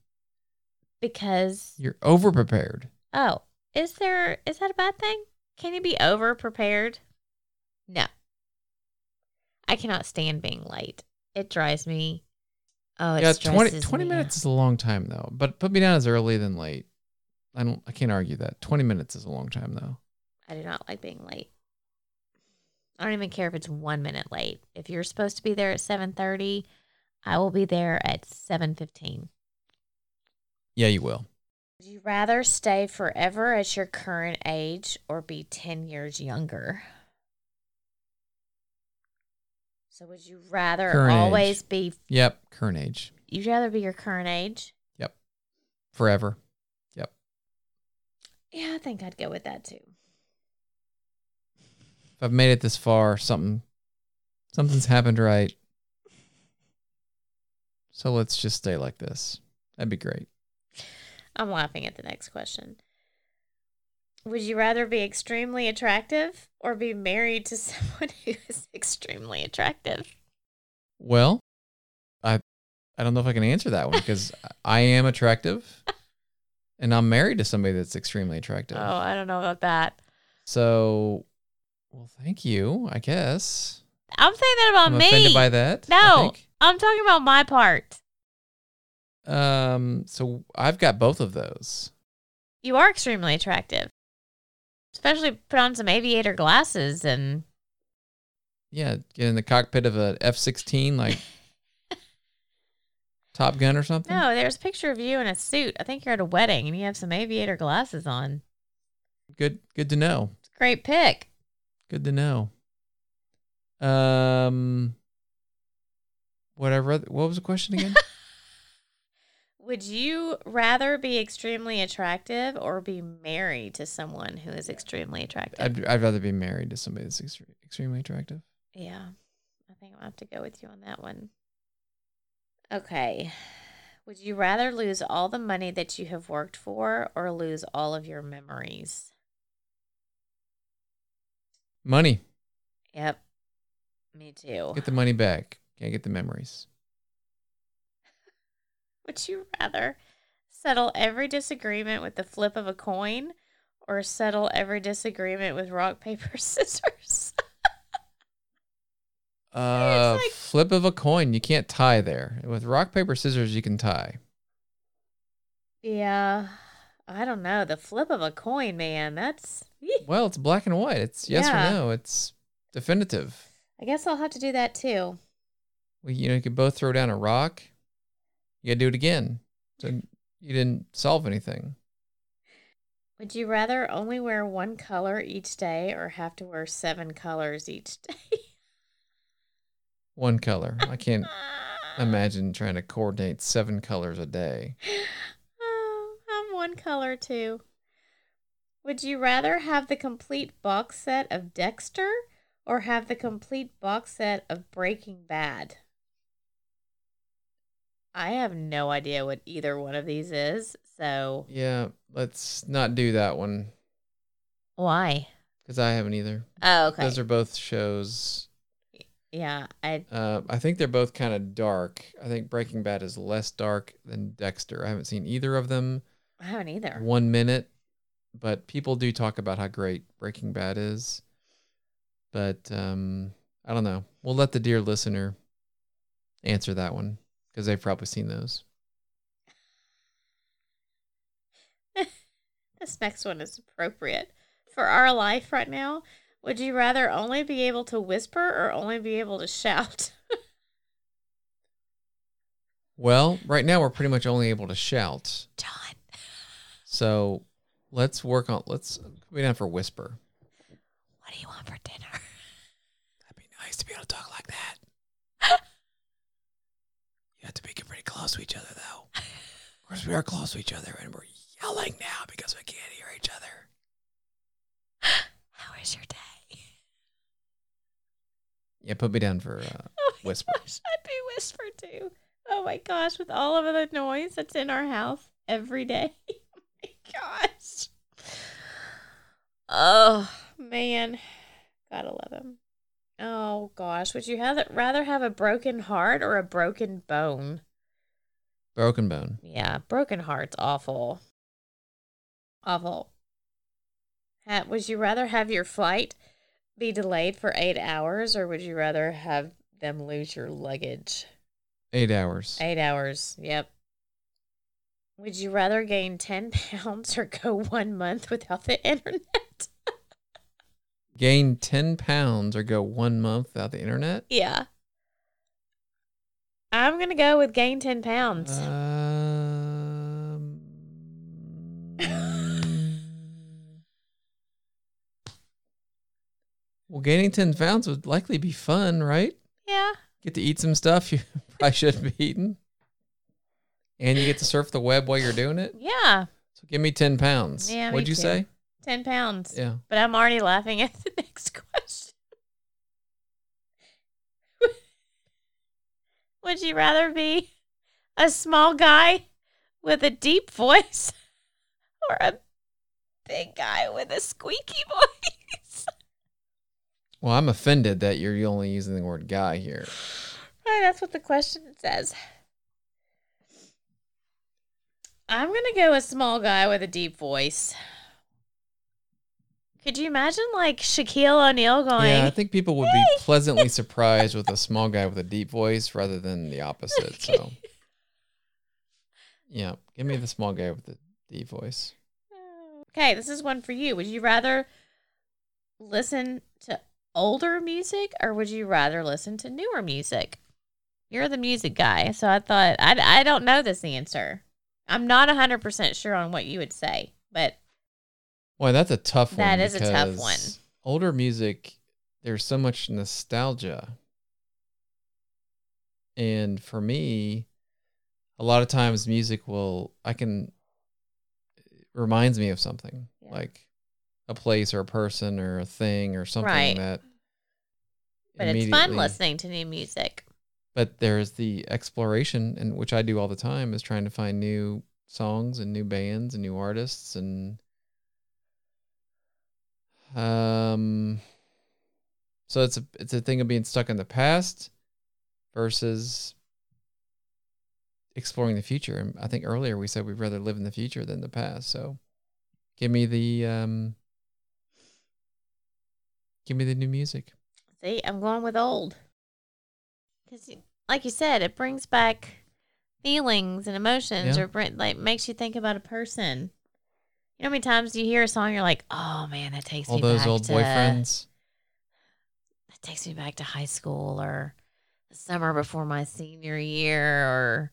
S3: because
S2: You're over prepared.
S3: oh, is there is that a bad thing? Can you be over prepared? No. I cannot stand being late. It drives me. Oh, it
S2: yeah,
S3: stresses
S2: 20, 20
S3: me out.
S2: minutes is a long time though. But put me down as early than late. I don't I can't argue that. 20 minutes is a long time though.
S3: I do not like being late. I don't even care if it's one minute late. If you're supposed to be there at seven thirty, I will be there at seven fifteen.
S2: Yeah, you will.
S3: Would you rather stay forever at your current age or be ten years younger? So would you rather
S2: Current age.
S3: always be
S2: Yep, current age.
S3: you'd rather be your current age?
S2: Forever.
S3: Yeah, I think I'd go with that too.
S2: If I've made it this far, something something's happened right. So let's just stay like this. That'd be great.
S3: I'm laughing at the next question. Would you rather be extremely attractive or be married to someone who is extremely attractive?
S2: Well, I I don't know if I can answer that one because I am attractive and I'm married to somebody that's extremely attractive.
S3: Oh, I don't know about that.
S2: So, well, thank you, I guess.
S3: I'm saying that about
S2: I'm
S3: me.
S2: offended by that. I
S3: no,
S2: think.
S3: I'm talking about my part.
S2: Um, so I've got both of those.
S3: You are extremely attractive, especially put on some aviator glasses and
S2: Yeah, get in the cockpit of a F sixteen like Top Gun or something.
S3: no, there's a picture of you in a suit. I think you're at a wedding and you have some aviator glasses on.
S2: Good good to know.
S3: It's a great pick.
S2: Good to know. Um what I read, what was the question again?
S3: Would you rather be extremely attractive or be married to someone who is extremely attractive?
S2: I'd, I'd rather be married to somebody that's extre- extremely attractive.
S3: yeah, I think I'll have to go with you on that one. Okay. Would you rather lose all the money that you have worked for or lose all of your memories?
S2: Money.
S3: Yep. Me too.
S2: Get the money back. Can't get the memories.
S3: Would you rather settle every disagreement with the flip of a coin or settle every disagreement with rock, paper, scissors?
S2: Uh,
S3: like-
S2: flip of a coin. You can't tie there. With rock, paper, scissors, you can tie.
S3: Yeah. I don't know. The flip of a coin, man. That's. Eek.
S2: Well, it's black and white. It's yes
S3: Yeah.
S2: or no. It's definitive.
S3: I guess I'll have to do that too.
S2: Well, you know, you could both throw down a rock. You gotta do it again. So you didn't solve anything.
S3: Would you rather only wear one color each day or have to wear seven colors each day?
S2: One color. I can't imagine trying to coordinate seven colors a day.
S3: Oh, I'm one color too. Would you rather have the complete box set of Dexter or have the complete box set of Breaking Bad? I have no idea what either one of these is, so
S2: Yeah, let's not do that one
S3: why?
S2: because I haven't either.
S3: Oh, okay.
S2: Those are both shows.
S3: yeah, I
S2: Uh, I think they're both kind of dark. I think Breaking Bad is less dark than Dexter. I haven't seen either of them.
S3: I haven't either.
S2: one minute, but people do talk about how great Breaking Bad is. But um, I don't know. We'll let the dear listener answer that one because they've probably seen those.
S3: This next one is appropriate for our life right now. Would you rather only be able to whisper or only be able to shout?
S2: Well, right now we're pretty much only able to shout.
S3: John.
S2: So let's work on. Let's we don't have for whisper.
S3: What do you want for dinner?
S2: That'd be nice to be able to talk like that. you have to be pretty close to each other, though. Of course, we are close to each other, and we're yelling now because we can't hear each other.
S3: How was your day?
S2: Yeah, put me down for. Uh,
S3: Oh my
S2: Whisper.
S3: gosh, I'd be whisper too. Oh my gosh, with all of the noise that's in our house every day. oh my gosh. Oh man. Gotta love him. Oh gosh, would you have, rather have a broken heart or a broken bone?
S2: broken bone.
S3: Yeah, broken heart's awful. Awful. Ha- would you rather have your flight be delayed for eight hours or would you rather have them lose your luggage?
S2: Eight hours.
S3: Eight hours, yep. Would you rather gain 10 pounds or go one month without the internet?
S2: Gain ten pounds or go one month without the internet.
S3: yeah. I'm going to go with gain 10 pounds.
S2: Uh-huh. Um, well, gaining ten pounds would likely be fun, right?
S3: yeah.
S2: Get to eat some stuff you probably shouldn't be eating, and you get to surf the web while you're doing it.
S3: Yeah.
S2: So give me ten pounds.
S3: Yeah, me
S2: What'd you
S3: too.
S2: say?
S3: 10 pounds.
S2: Yeah.
S3: But I'm already laughing at the next question. Would you rather be a small guy with a deep voice or a big guy with a squeaky voice?
S2: Well, I'm offended that you're only using the word guy here.
S3: Oh, that's what the question says. I'm going to go a small guy with a deep voice. Could you imagine like Shaquille O'Neal going,
S2: Yeah, I think people would be pleasantly surprised with a small guy with a deep voice rather than the opposite. So, yeah, give me the small guy with the deep voice.
S3: Okay, this is one for you. Would you rather listen to older music or would you rather listen to newer music? You're the music guy, so I thought I, I don't know this answer. I'm not 100% sure on what you would say, but
S2: Boy, that's a tough one.
S3: That is a tough one.
S2: because Older music, there's so much nostalgia. And for me, a lot of times music will, I can, it reminds me of something
S3: Yeah.
S2: like a place or a person or a thing or something
S3: Right.
S2: that.
S3: but it's fun
S2: immediately-
S3: listening to new music.
S2: But there's the exploration, and which I do all the time, is trying to find new songs and new bands and new artists and um so it's a it's a thing of being stuck in the past versus exploring the future and i think earlier we said we'd rather live in the future than the past so give me the um give me the new music
S3: See, I'm going with old. Because, like you said, it brings back feelings and emotions,
S2: Yeah.
S3: or bring, like makes you think about a person. You know how many times you hear a song, you're like, "Oh man, that takes
S2: all
S3: me
S2: those
S3: back
S2: old
S3: to,
S2: boyfriends
S3: That takes me back to high school, or the summer before my senior year, or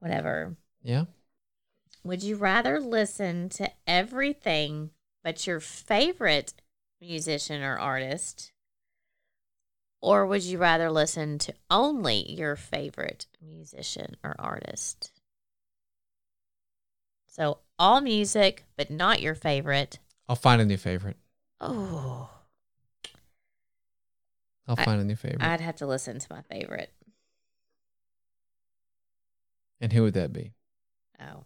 S3: whatever."
S2: yeah
S3: Would you rather listen to everything but your favorite musician or artist Or would you rather listen to only your favorite musician or artist? So all music, but not your favorite.
S2: I'll find a new favorite.
S3: Oh,
S2: I'll
S3: I-
S2: find a new favorite.
S3: I'd have to listen to my favorite.
S2: and who would that be?
S3: Oh,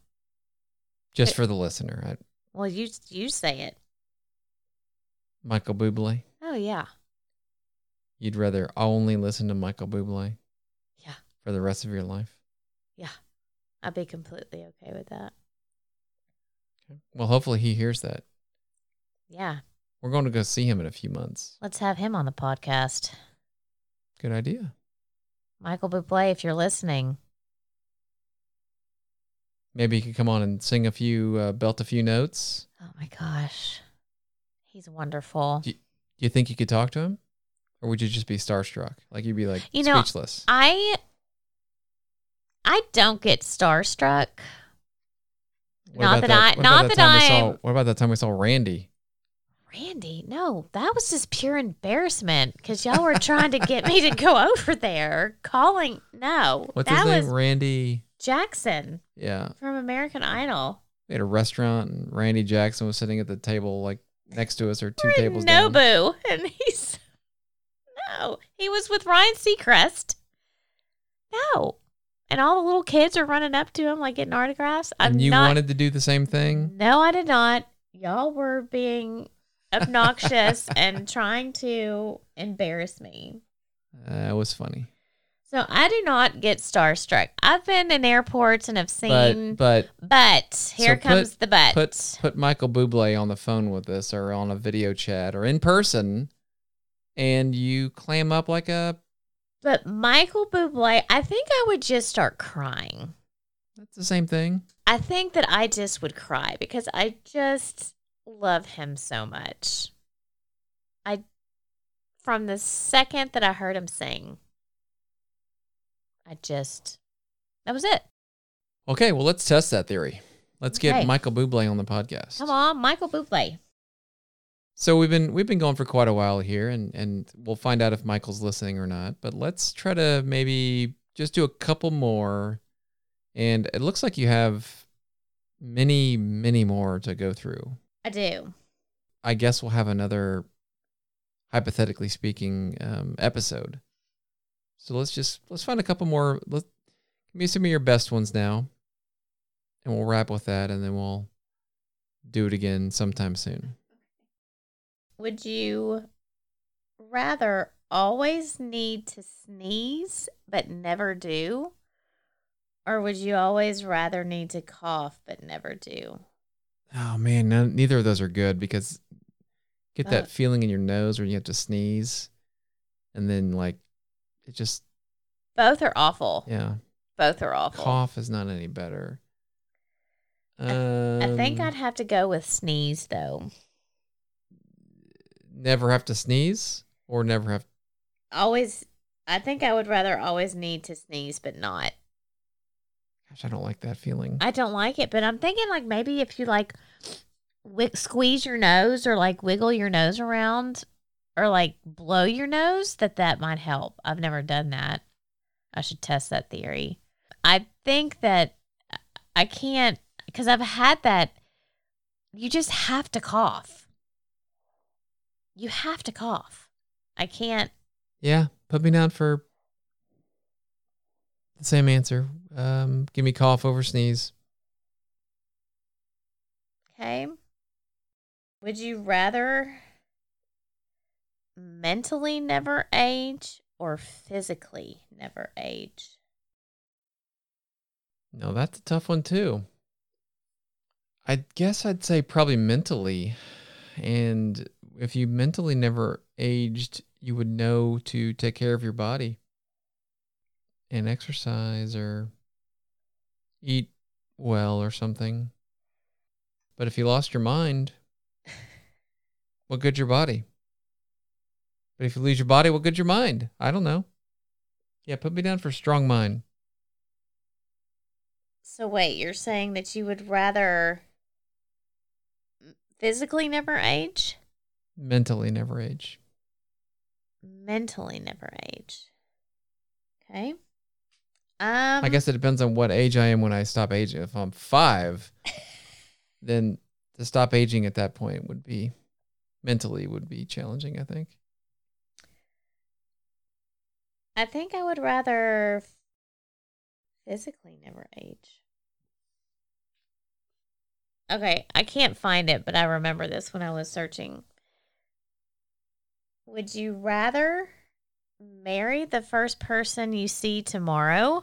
S2: Just
S3: It-
S2: for the listener, I,
S3: well, you you say it.
S2: Michael Bublé.
S3: Oh yeah,
S2: You'd rather only listen to Michael Bublé
S3: yeah.
S2: for the rest of your life?
S3: I'd be completely okay with that.
S2: Well, hopefully he hears that.
S3: Yeah,
S2: We're going to go see him in a few months.
S3: let's have him on the podcast.
S2: Good idea.
S3: Michael Bublé, if you're listening,
S2: Maybe he could come on and sing a few, uh, belt a few notes.
S3: oh my gosh, he's wonderful.
S2: Do Do you think you could talk to him, or would you just be starstruck? Like you'd be like
S3: You know,
S2: speechless.
S3: I I don't get starstruck. not
S2: about
S3: that I-
S2: what
S3: not
S2: about
S3: that
S2: time we
S3: I'm-
S2: Saw, what about that time we saw Randy?
S3: Randy, no, that was just pure embarrassment because y'all were trying to get me to go over there, calling. No,
S2: What's
S3: that
S2: his name?
S3: was
S2: Randy.
S3: Jackson
S2: Yeah,
S3: from American Idol.
S2: we had a restaurant, and Randy Jackson was sitting at the table like next to us, or two
S3: We're in
S2: tables down.
S3: Nobu, and he's no, he was with Ryan Seacrest. No, and all the little kids are running up to him like getting autographs. I'm
S2: and you
S3: not.
S2: wanted to do the same thing.
S3: No, I did not. Y'all were being obnoxious and trying to embarrass me.
S2: Uh, it was funny,
S3: So I do not get starstruck. I've been in airports and have
S2: but
S3: seen, but,
S2: but
S3: here
S2: put-
S3: comes the but.
S2: put put Michael Bublé on the phone with us, or on a video chat, or in person, and you clam up like a.
S3: but Michael Bublé, I think I would just start crying.
S2: That's the same thing.
S3: I think that I just would cry because I just love him so much. I from the second that I heard him sing, I just that was it.
S2: Okay, well, let's test that theory. Let's get
S3: Okay.
S2: Michael Bublé on the podcast.
S3: Come on, Michael Bublé.
S2: So we've been we've been going for quite a while here, and and we'll find out if Michael's listening or not. But let's try to maybe just do a couple more, and it looks like you have many many more to go through.
S3: I do.
S2: I guess we'll have another, hypothetically speaking, um, episode. So let's just let's find a couple more. Let give me some of your best ones now, and we'll wrap with that, and then we'll do it again sometime soon.
S3: Would you rather always need to sneeze but never do? Or would you always rather need to cough but never do?
S2: Oh man, none, neither of those are good because get that
S3: Fuck.
S2: feeling in your nose when you have to sneeze, and then like it just
S3: Both are awful.
S2: yeah,
S3: Both are awful.
S2: cough is not any better.
S3: I think
S2: Um,
S3: I'd have to go with sneeze though.
S2: never have to sneeze or never have.
S3: Always, I think I would rather always need to sneeze, but not.
S2: Gosh, I don't like that feeling.
S3: I don't like it, but I'm thinking like maybe if you like wi- squeeze your nose or like wiggle your nose around or like blow your nose, that that might help. I've never done that. I should test that theory. I think that I can't because I've had that. You just have to cough. You have to cough. I can't.
S2: yeah, put me down for the same answer. Um, give me cough over sneeze.
S3: Okay. Would you rather mentally never age or physically never age?
S2: No, that's a tough one too. I guess I'd say probably mentally. And if you mentally never aged, you would know to take care of your body and exercise or eat well or something. But if you lost your mind, what good's your body? But if you lose your body, what good's your mind? I don't know. Yeah, put me down for strong mind.
S3: So, wait, you're saying that you would rather physically never age?
S2: Mentally never age.
S3: mentally never age. Okay. Um,
S2: I guess it depends on what age I am when I stop aging. If I'm five, then to stop aging at that point would be mentally would be challenging. I think.
S3: I think I would rather physically never age. Okay, I can't find it, but I remember this when I was searching. Would you rather marry the first person you see tomorrow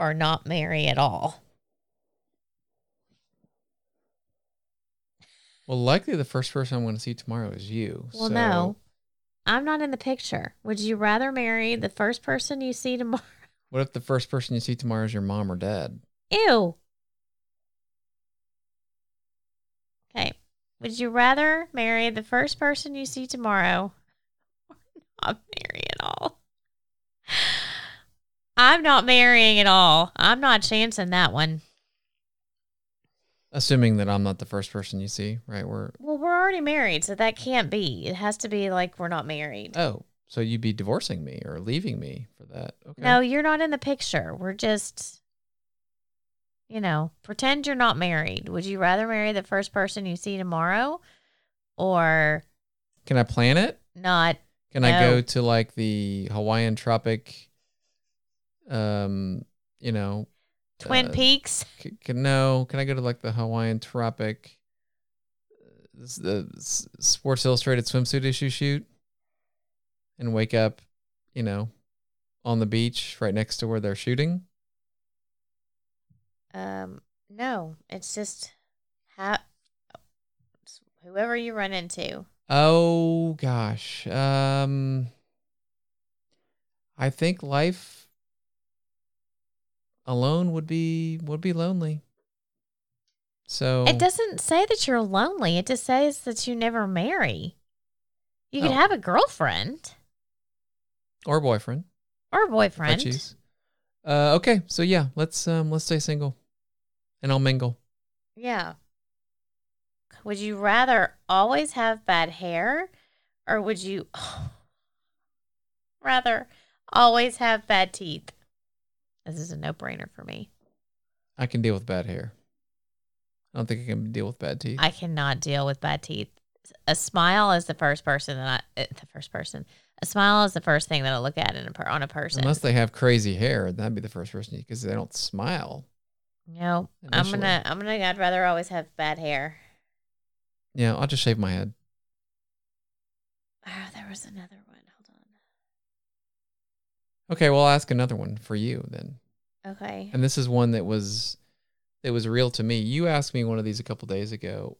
S3: or not marry at all?
S2: Well, likely the first person I'm going to see tomorrow is you.
S3: Well,
S2: so-
S3: no. I'm not in the picture. Would you rather marry the first person you see tomorrow?
S2: What if the first person you see tomorrow is your mom or dad?
S3: Ew. Okay. Would you rather marry the first person you see tomorrow or not marry at all? I'm not marrying at all. I'm not chancing that one.
S2: Assuming that I'm not the first person you see, right? We're
S3: Well, we're already married, so that can't be. It has to be like we're not married.
S2: oh, so you'd be divorcing me or leaving me for that? Okay.
S3: No, you're not in the picture. We're just, you know, pretend you're not married. Would you rather marry the first person you see tomorrow or
S2: Can I plan it?
S3: not?
S2: Can I go
S3: No.
S2: to like the Hawaiian tropic? Um, you know,
S3: Twin
S2: Uh,
S3: Peaks?
S2: c- can no? Can I go to like the Hawaiian tropic? uh, s- The s- Sports Illustrated swimsuit issue shoot, and wake up, you know, on the beach right next to where they're shooting.
S3: Um, no, it's just how whoever you run into.
S2: Oh gosh. Um I think life alone would be would be lonely. So
S3: It doesn't say that you're lonely. It just says that you never marry. You could
S2: Oh.
S3: have a girlfriend
S2: or boyfriend.
S3: or a
S2: if I
S3: boyfriend.
S2: choose. Uh okay, so yeah, let's um let's stay single. And I'll mingle.
S3: Yeah. Would you rather always have bad hair or would you rather always have bad teeth? This is a no brainer for me.
S2: I can deal with bad hair. I don't think I can deal with bad teeth.
S3: I cannot deal with bad teeth. A smile is the first person that I, eh, the first person, a smile is the first thing that I look at in a per, on a person.
S2: Unless they have crazy hair, that'd be the first person because they don't smile.
S3: no, I'm
S2: Initially.
S3: gonna, I'm gonna, I'd rather always have bad hair.
S2: Yeah, I'll just shave my head.
S3: Oh, there was another one. Hold
S2: Okay, well I'll ask another one for you then.
S3: on. Okay.
S2: and this is one that was that was real to me. You asked me one of these a couple days ago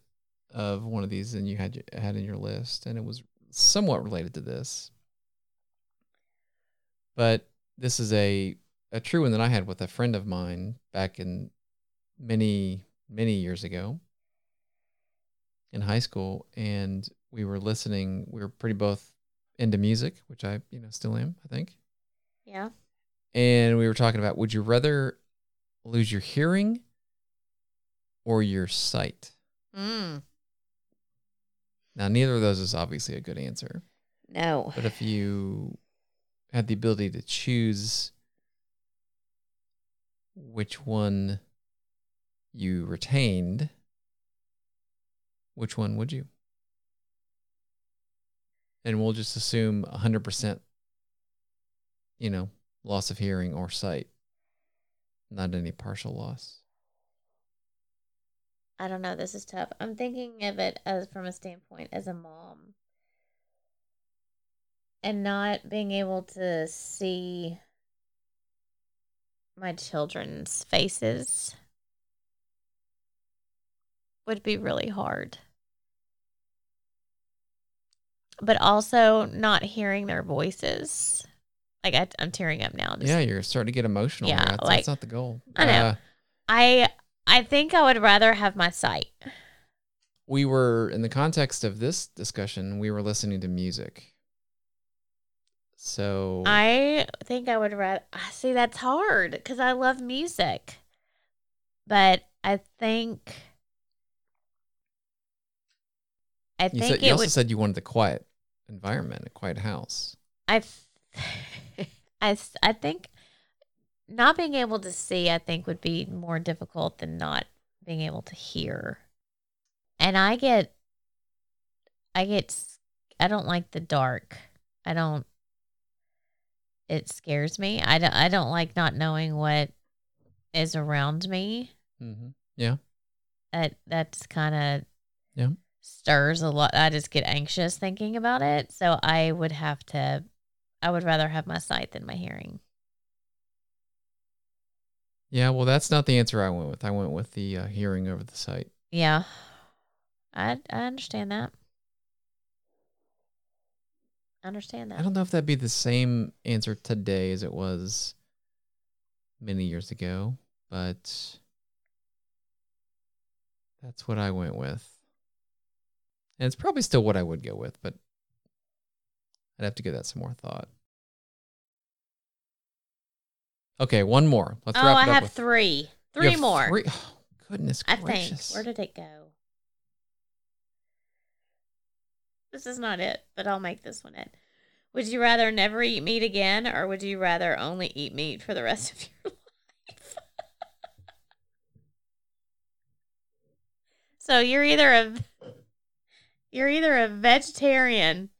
S2: of one of these, and you had had in your list, and it was somewhat related to this, but this is a a true one that I had with a friend of mine back in many many years ago in high school, and we were listening. We were pretty both into music, which I you know still am, I think
S3: Yeah.
S2: and we were talking about would you rather lose your hearing or your sight?
S3: Mm,
S2: Now, neither of those is obviously a good answer,
S3: no.
S2: but if you had the ability to choose which one you retained, which one would you? And we'll just assume 100%, you know, loss of hearing or sight, not any partial loss.
S3: I don't know. This is tough. I'm thinking of it as from a standpoint as a mom and not being able to see my children's faces would be really hard. But also not hearing their voices. Like I, I'm tearing up now. just
S2: Yeah, you're starting to get emotional.
S3: Yeah,
S2: Yeah, that's,
S3: like-
S2: that's not the goal.
S3: I know.
S2: Uh,
S3: I I think I would rather have my sight.
S2: we were in the context of this discussion we were listening to music so
S3: I think I would rather see that's hard because I love music, but I think I
S2: you,
S3: think
S2: said, you
S3: it
S2: also
S3: would.
S2: said you wanted the quiet environment a quiet house
S3: I, I, s- I think not being able to see, I think, would be more difficult than not being able to hear. And I get, I get, s- I don't like the dark. I don't. It scares me. I don't. I don't like not knowing what is around me.
S2: Mm-hmm.
S3: That that's kind of
S2: Yeah.
S3: stirs a lot. I just get anxious thinking about it. So I would have to. I would rather have my sight than my hearing.
S2: Yeah, well, that's not the answer I went with. I went with the uh, hearing over the sight.
S3: Yeah. I I understand that. I understand
S2: I
S3: that.
S2: don't know if that'd be the same answer today as it was many years ago, but that's what I went with. And it's probably still what I would go with, but I'd have to give that some more thought. Okay, one more. Let's
S3: Oh,
S2: wrap it
S3: I
S2: up.
S3: have
S2: with,
S3: three.
S2: you
S3: Three
S2: have
S3: more.
S2: Three, oh, goodness
S3: I think.
S2: gracious.
S3: Where did it go? This is not it, but I'll make this one it. Would you rather never eat meat again, or would you rather only eat meat for the rest of your life? so you're either a you're either a vegetarian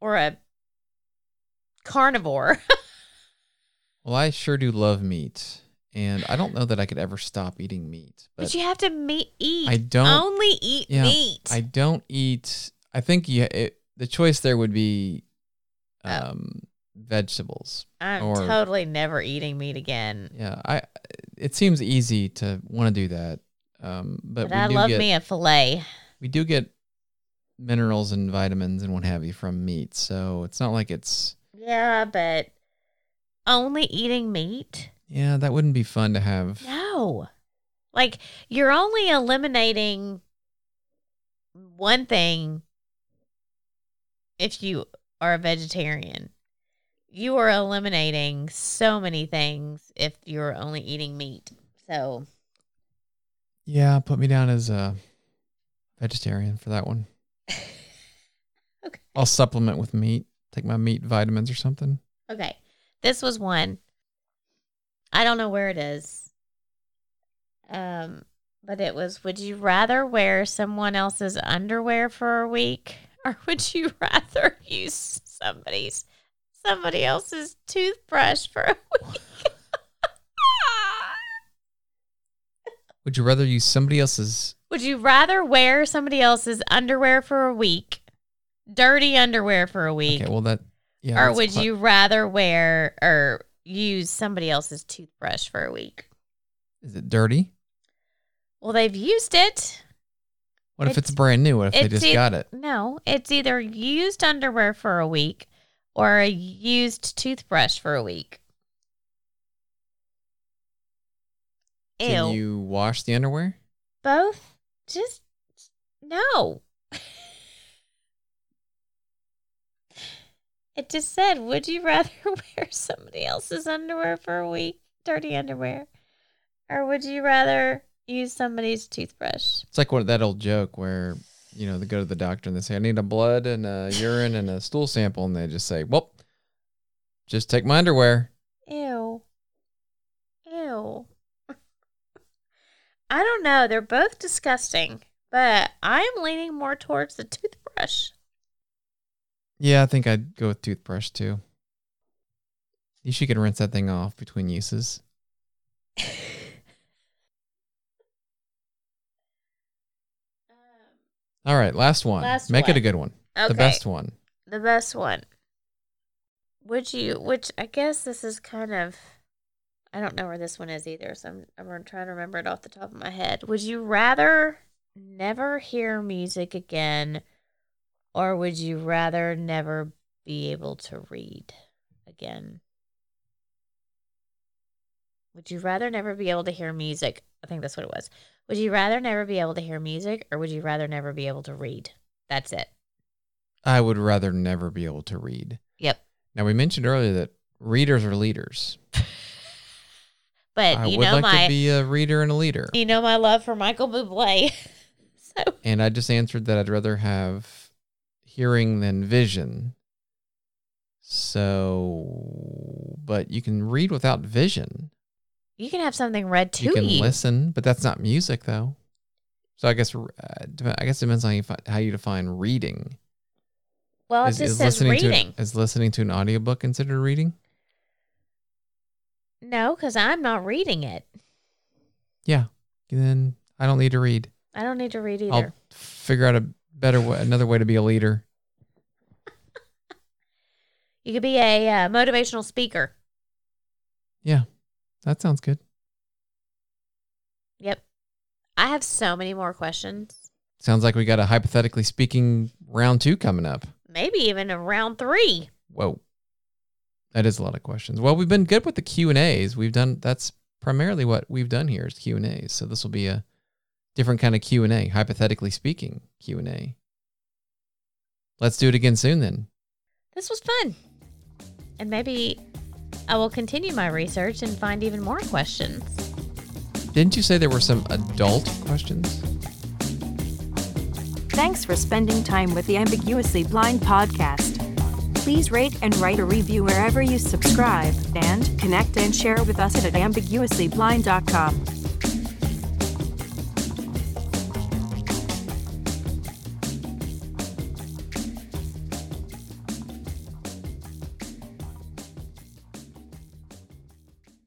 S3: or a carnivore.
S2: Well, I sure do love meat, and I don't know that I could ever stop eating meat.
S3: But, you have to me- eat.
S2: I don't-
S3: only eat
S2: Yeah,
S3: meat.
S2: I don't eat. I think you, it, the choice there would be
S3: Oh.
S2: um, vegetables.
S3: I'm
S2: or-
S3: totally never eating meat again.
S2: Yeah, I. It seems easy to want to do that, um, but,
S3: But,
S2: we
S3: I
S2: do
S3: love
S2: get
S3: me a fillet.
S2: we do get minerals and vitamins and what have you from meat. So it's not like it's
S3: Yeah, but only eating meat?
S2: yeah that wouldn't be fun to have.
S3: No. Like you're only eliminating one thing if you are a vegetarian. You are eliminating so many things if you're only eating meat. So
S2: Yeah, put me down as a vegetarian for that one.
S3: Okay.
S2: I'll supplement with meat. Take my meat vitamins or something.
S3: Okay. This was one. I don't know where it is. Um, but it was would you rather wear someone else's underwear for a week or would you rather use somebody's somebody else's toothbrush for a week?
S2: Would you rather use somebody else's?
S3: would you rather wear somebody else's underwear for a week? Dirty underwear for a week.
S2: Okay, well that. Yeah.
S3: or
S2: that's
S3: would
S2: cla-
S3: you rather wear or use somebody else's toothbrush for a week?
S2: Is it dirty?
S3: Well, they've used it.
S2: What if
S3: It's-
S2: it's brand new? What if they
S3: it's
S2: just
S3: eith-
S2: got it?
S3: No, it's either used underwear for a week or a used toothbrush for a week. Ew.
S2: Can you wash the underwear?
S3: Both? Just no. it just said, would you rather wear somebody else's underwear for a week? Dirty underwear. Or would you rather use somebody's toothbrush?
S2: It's like what that old joke where you know they go to the doctor and they say I need a blood and a urine and a stool sample and they just say well, just take my underwear.
S3: Ew. Ew. I don't know. They're both disgusting, but I am leaning more towards the toothbrush.
S2: Yeah, I think I'd go with toothbrush too. You should can rinse that thing off between uses. All right, last one.
S3: Last
S2: Make it
S3: one.
S2: a good one.
S3: Okay.
S2: The best one.
S3: The best one. Would you, which I guess this is kind of, I don't know where this one is either, so I'm, I'm trying to remember it off the top of my head. Would you rather never hear music again, or would you rather never be able to read again? Would you rather never be able to hear music? I think that's what it was. Would you rather never be able to hear music, or would you rather never be able to read? That's it.
S2: I would rather never be able to read.
S3: Yep.
S2: Now we mentioned earlier that readers are leaders.
S3: But
S2: I
S3: you
S2: would
S3: know
S2: like
S3: my
S2: to be a reader and a leader.
S3: you know my love for Michael Bublé. so
S2: And I just answered that I'd rather have hearing than vision. So, but you can read without vision.
S3: You can have something read to
S2: you
S3: you.
S2: can listen, but that's not music though. So I guess uh, dep- I guess it depends on how you, fi- how you define reading.
S3: well, Oh, it
S2: Is-
S3: just
S2: is
S3: says
S2: listening to-
S3: reading.
S2: is listening to an audiobook considered reading?
S3: No, because I'm not reading it.
S2: Yeah. Then I don't need to read.
S3: I don't need to read either.
S2: I'll figure out a better way, another way to be a leader.
S3: You could be a uh, motivational speaker.
S2: Yeah, that sounds good.
S3: Yep. I have so many more questions.
S2: Sounds like we got a hypothetically speaking round two coming up.
S3: Maybe even a round three.
S2: Whoa, that is a lot of questions. Well, we've been good with the Q and A's. We've done that's primarily what we've done here is Q and A's. So this will be a different kind of Q and A, hypothetically speaking Q and A. Let's do it again soon then.
S3: This was fun. And maybe I will continue my research and find even more questions.
S2: Didn't you say there were some adult questions?
S1: Thanks for spending time with the Ambiguously Blind podcast. Please rate and write a review wherever you subscribe, and connect and share with us at ambiguouslyblind.com.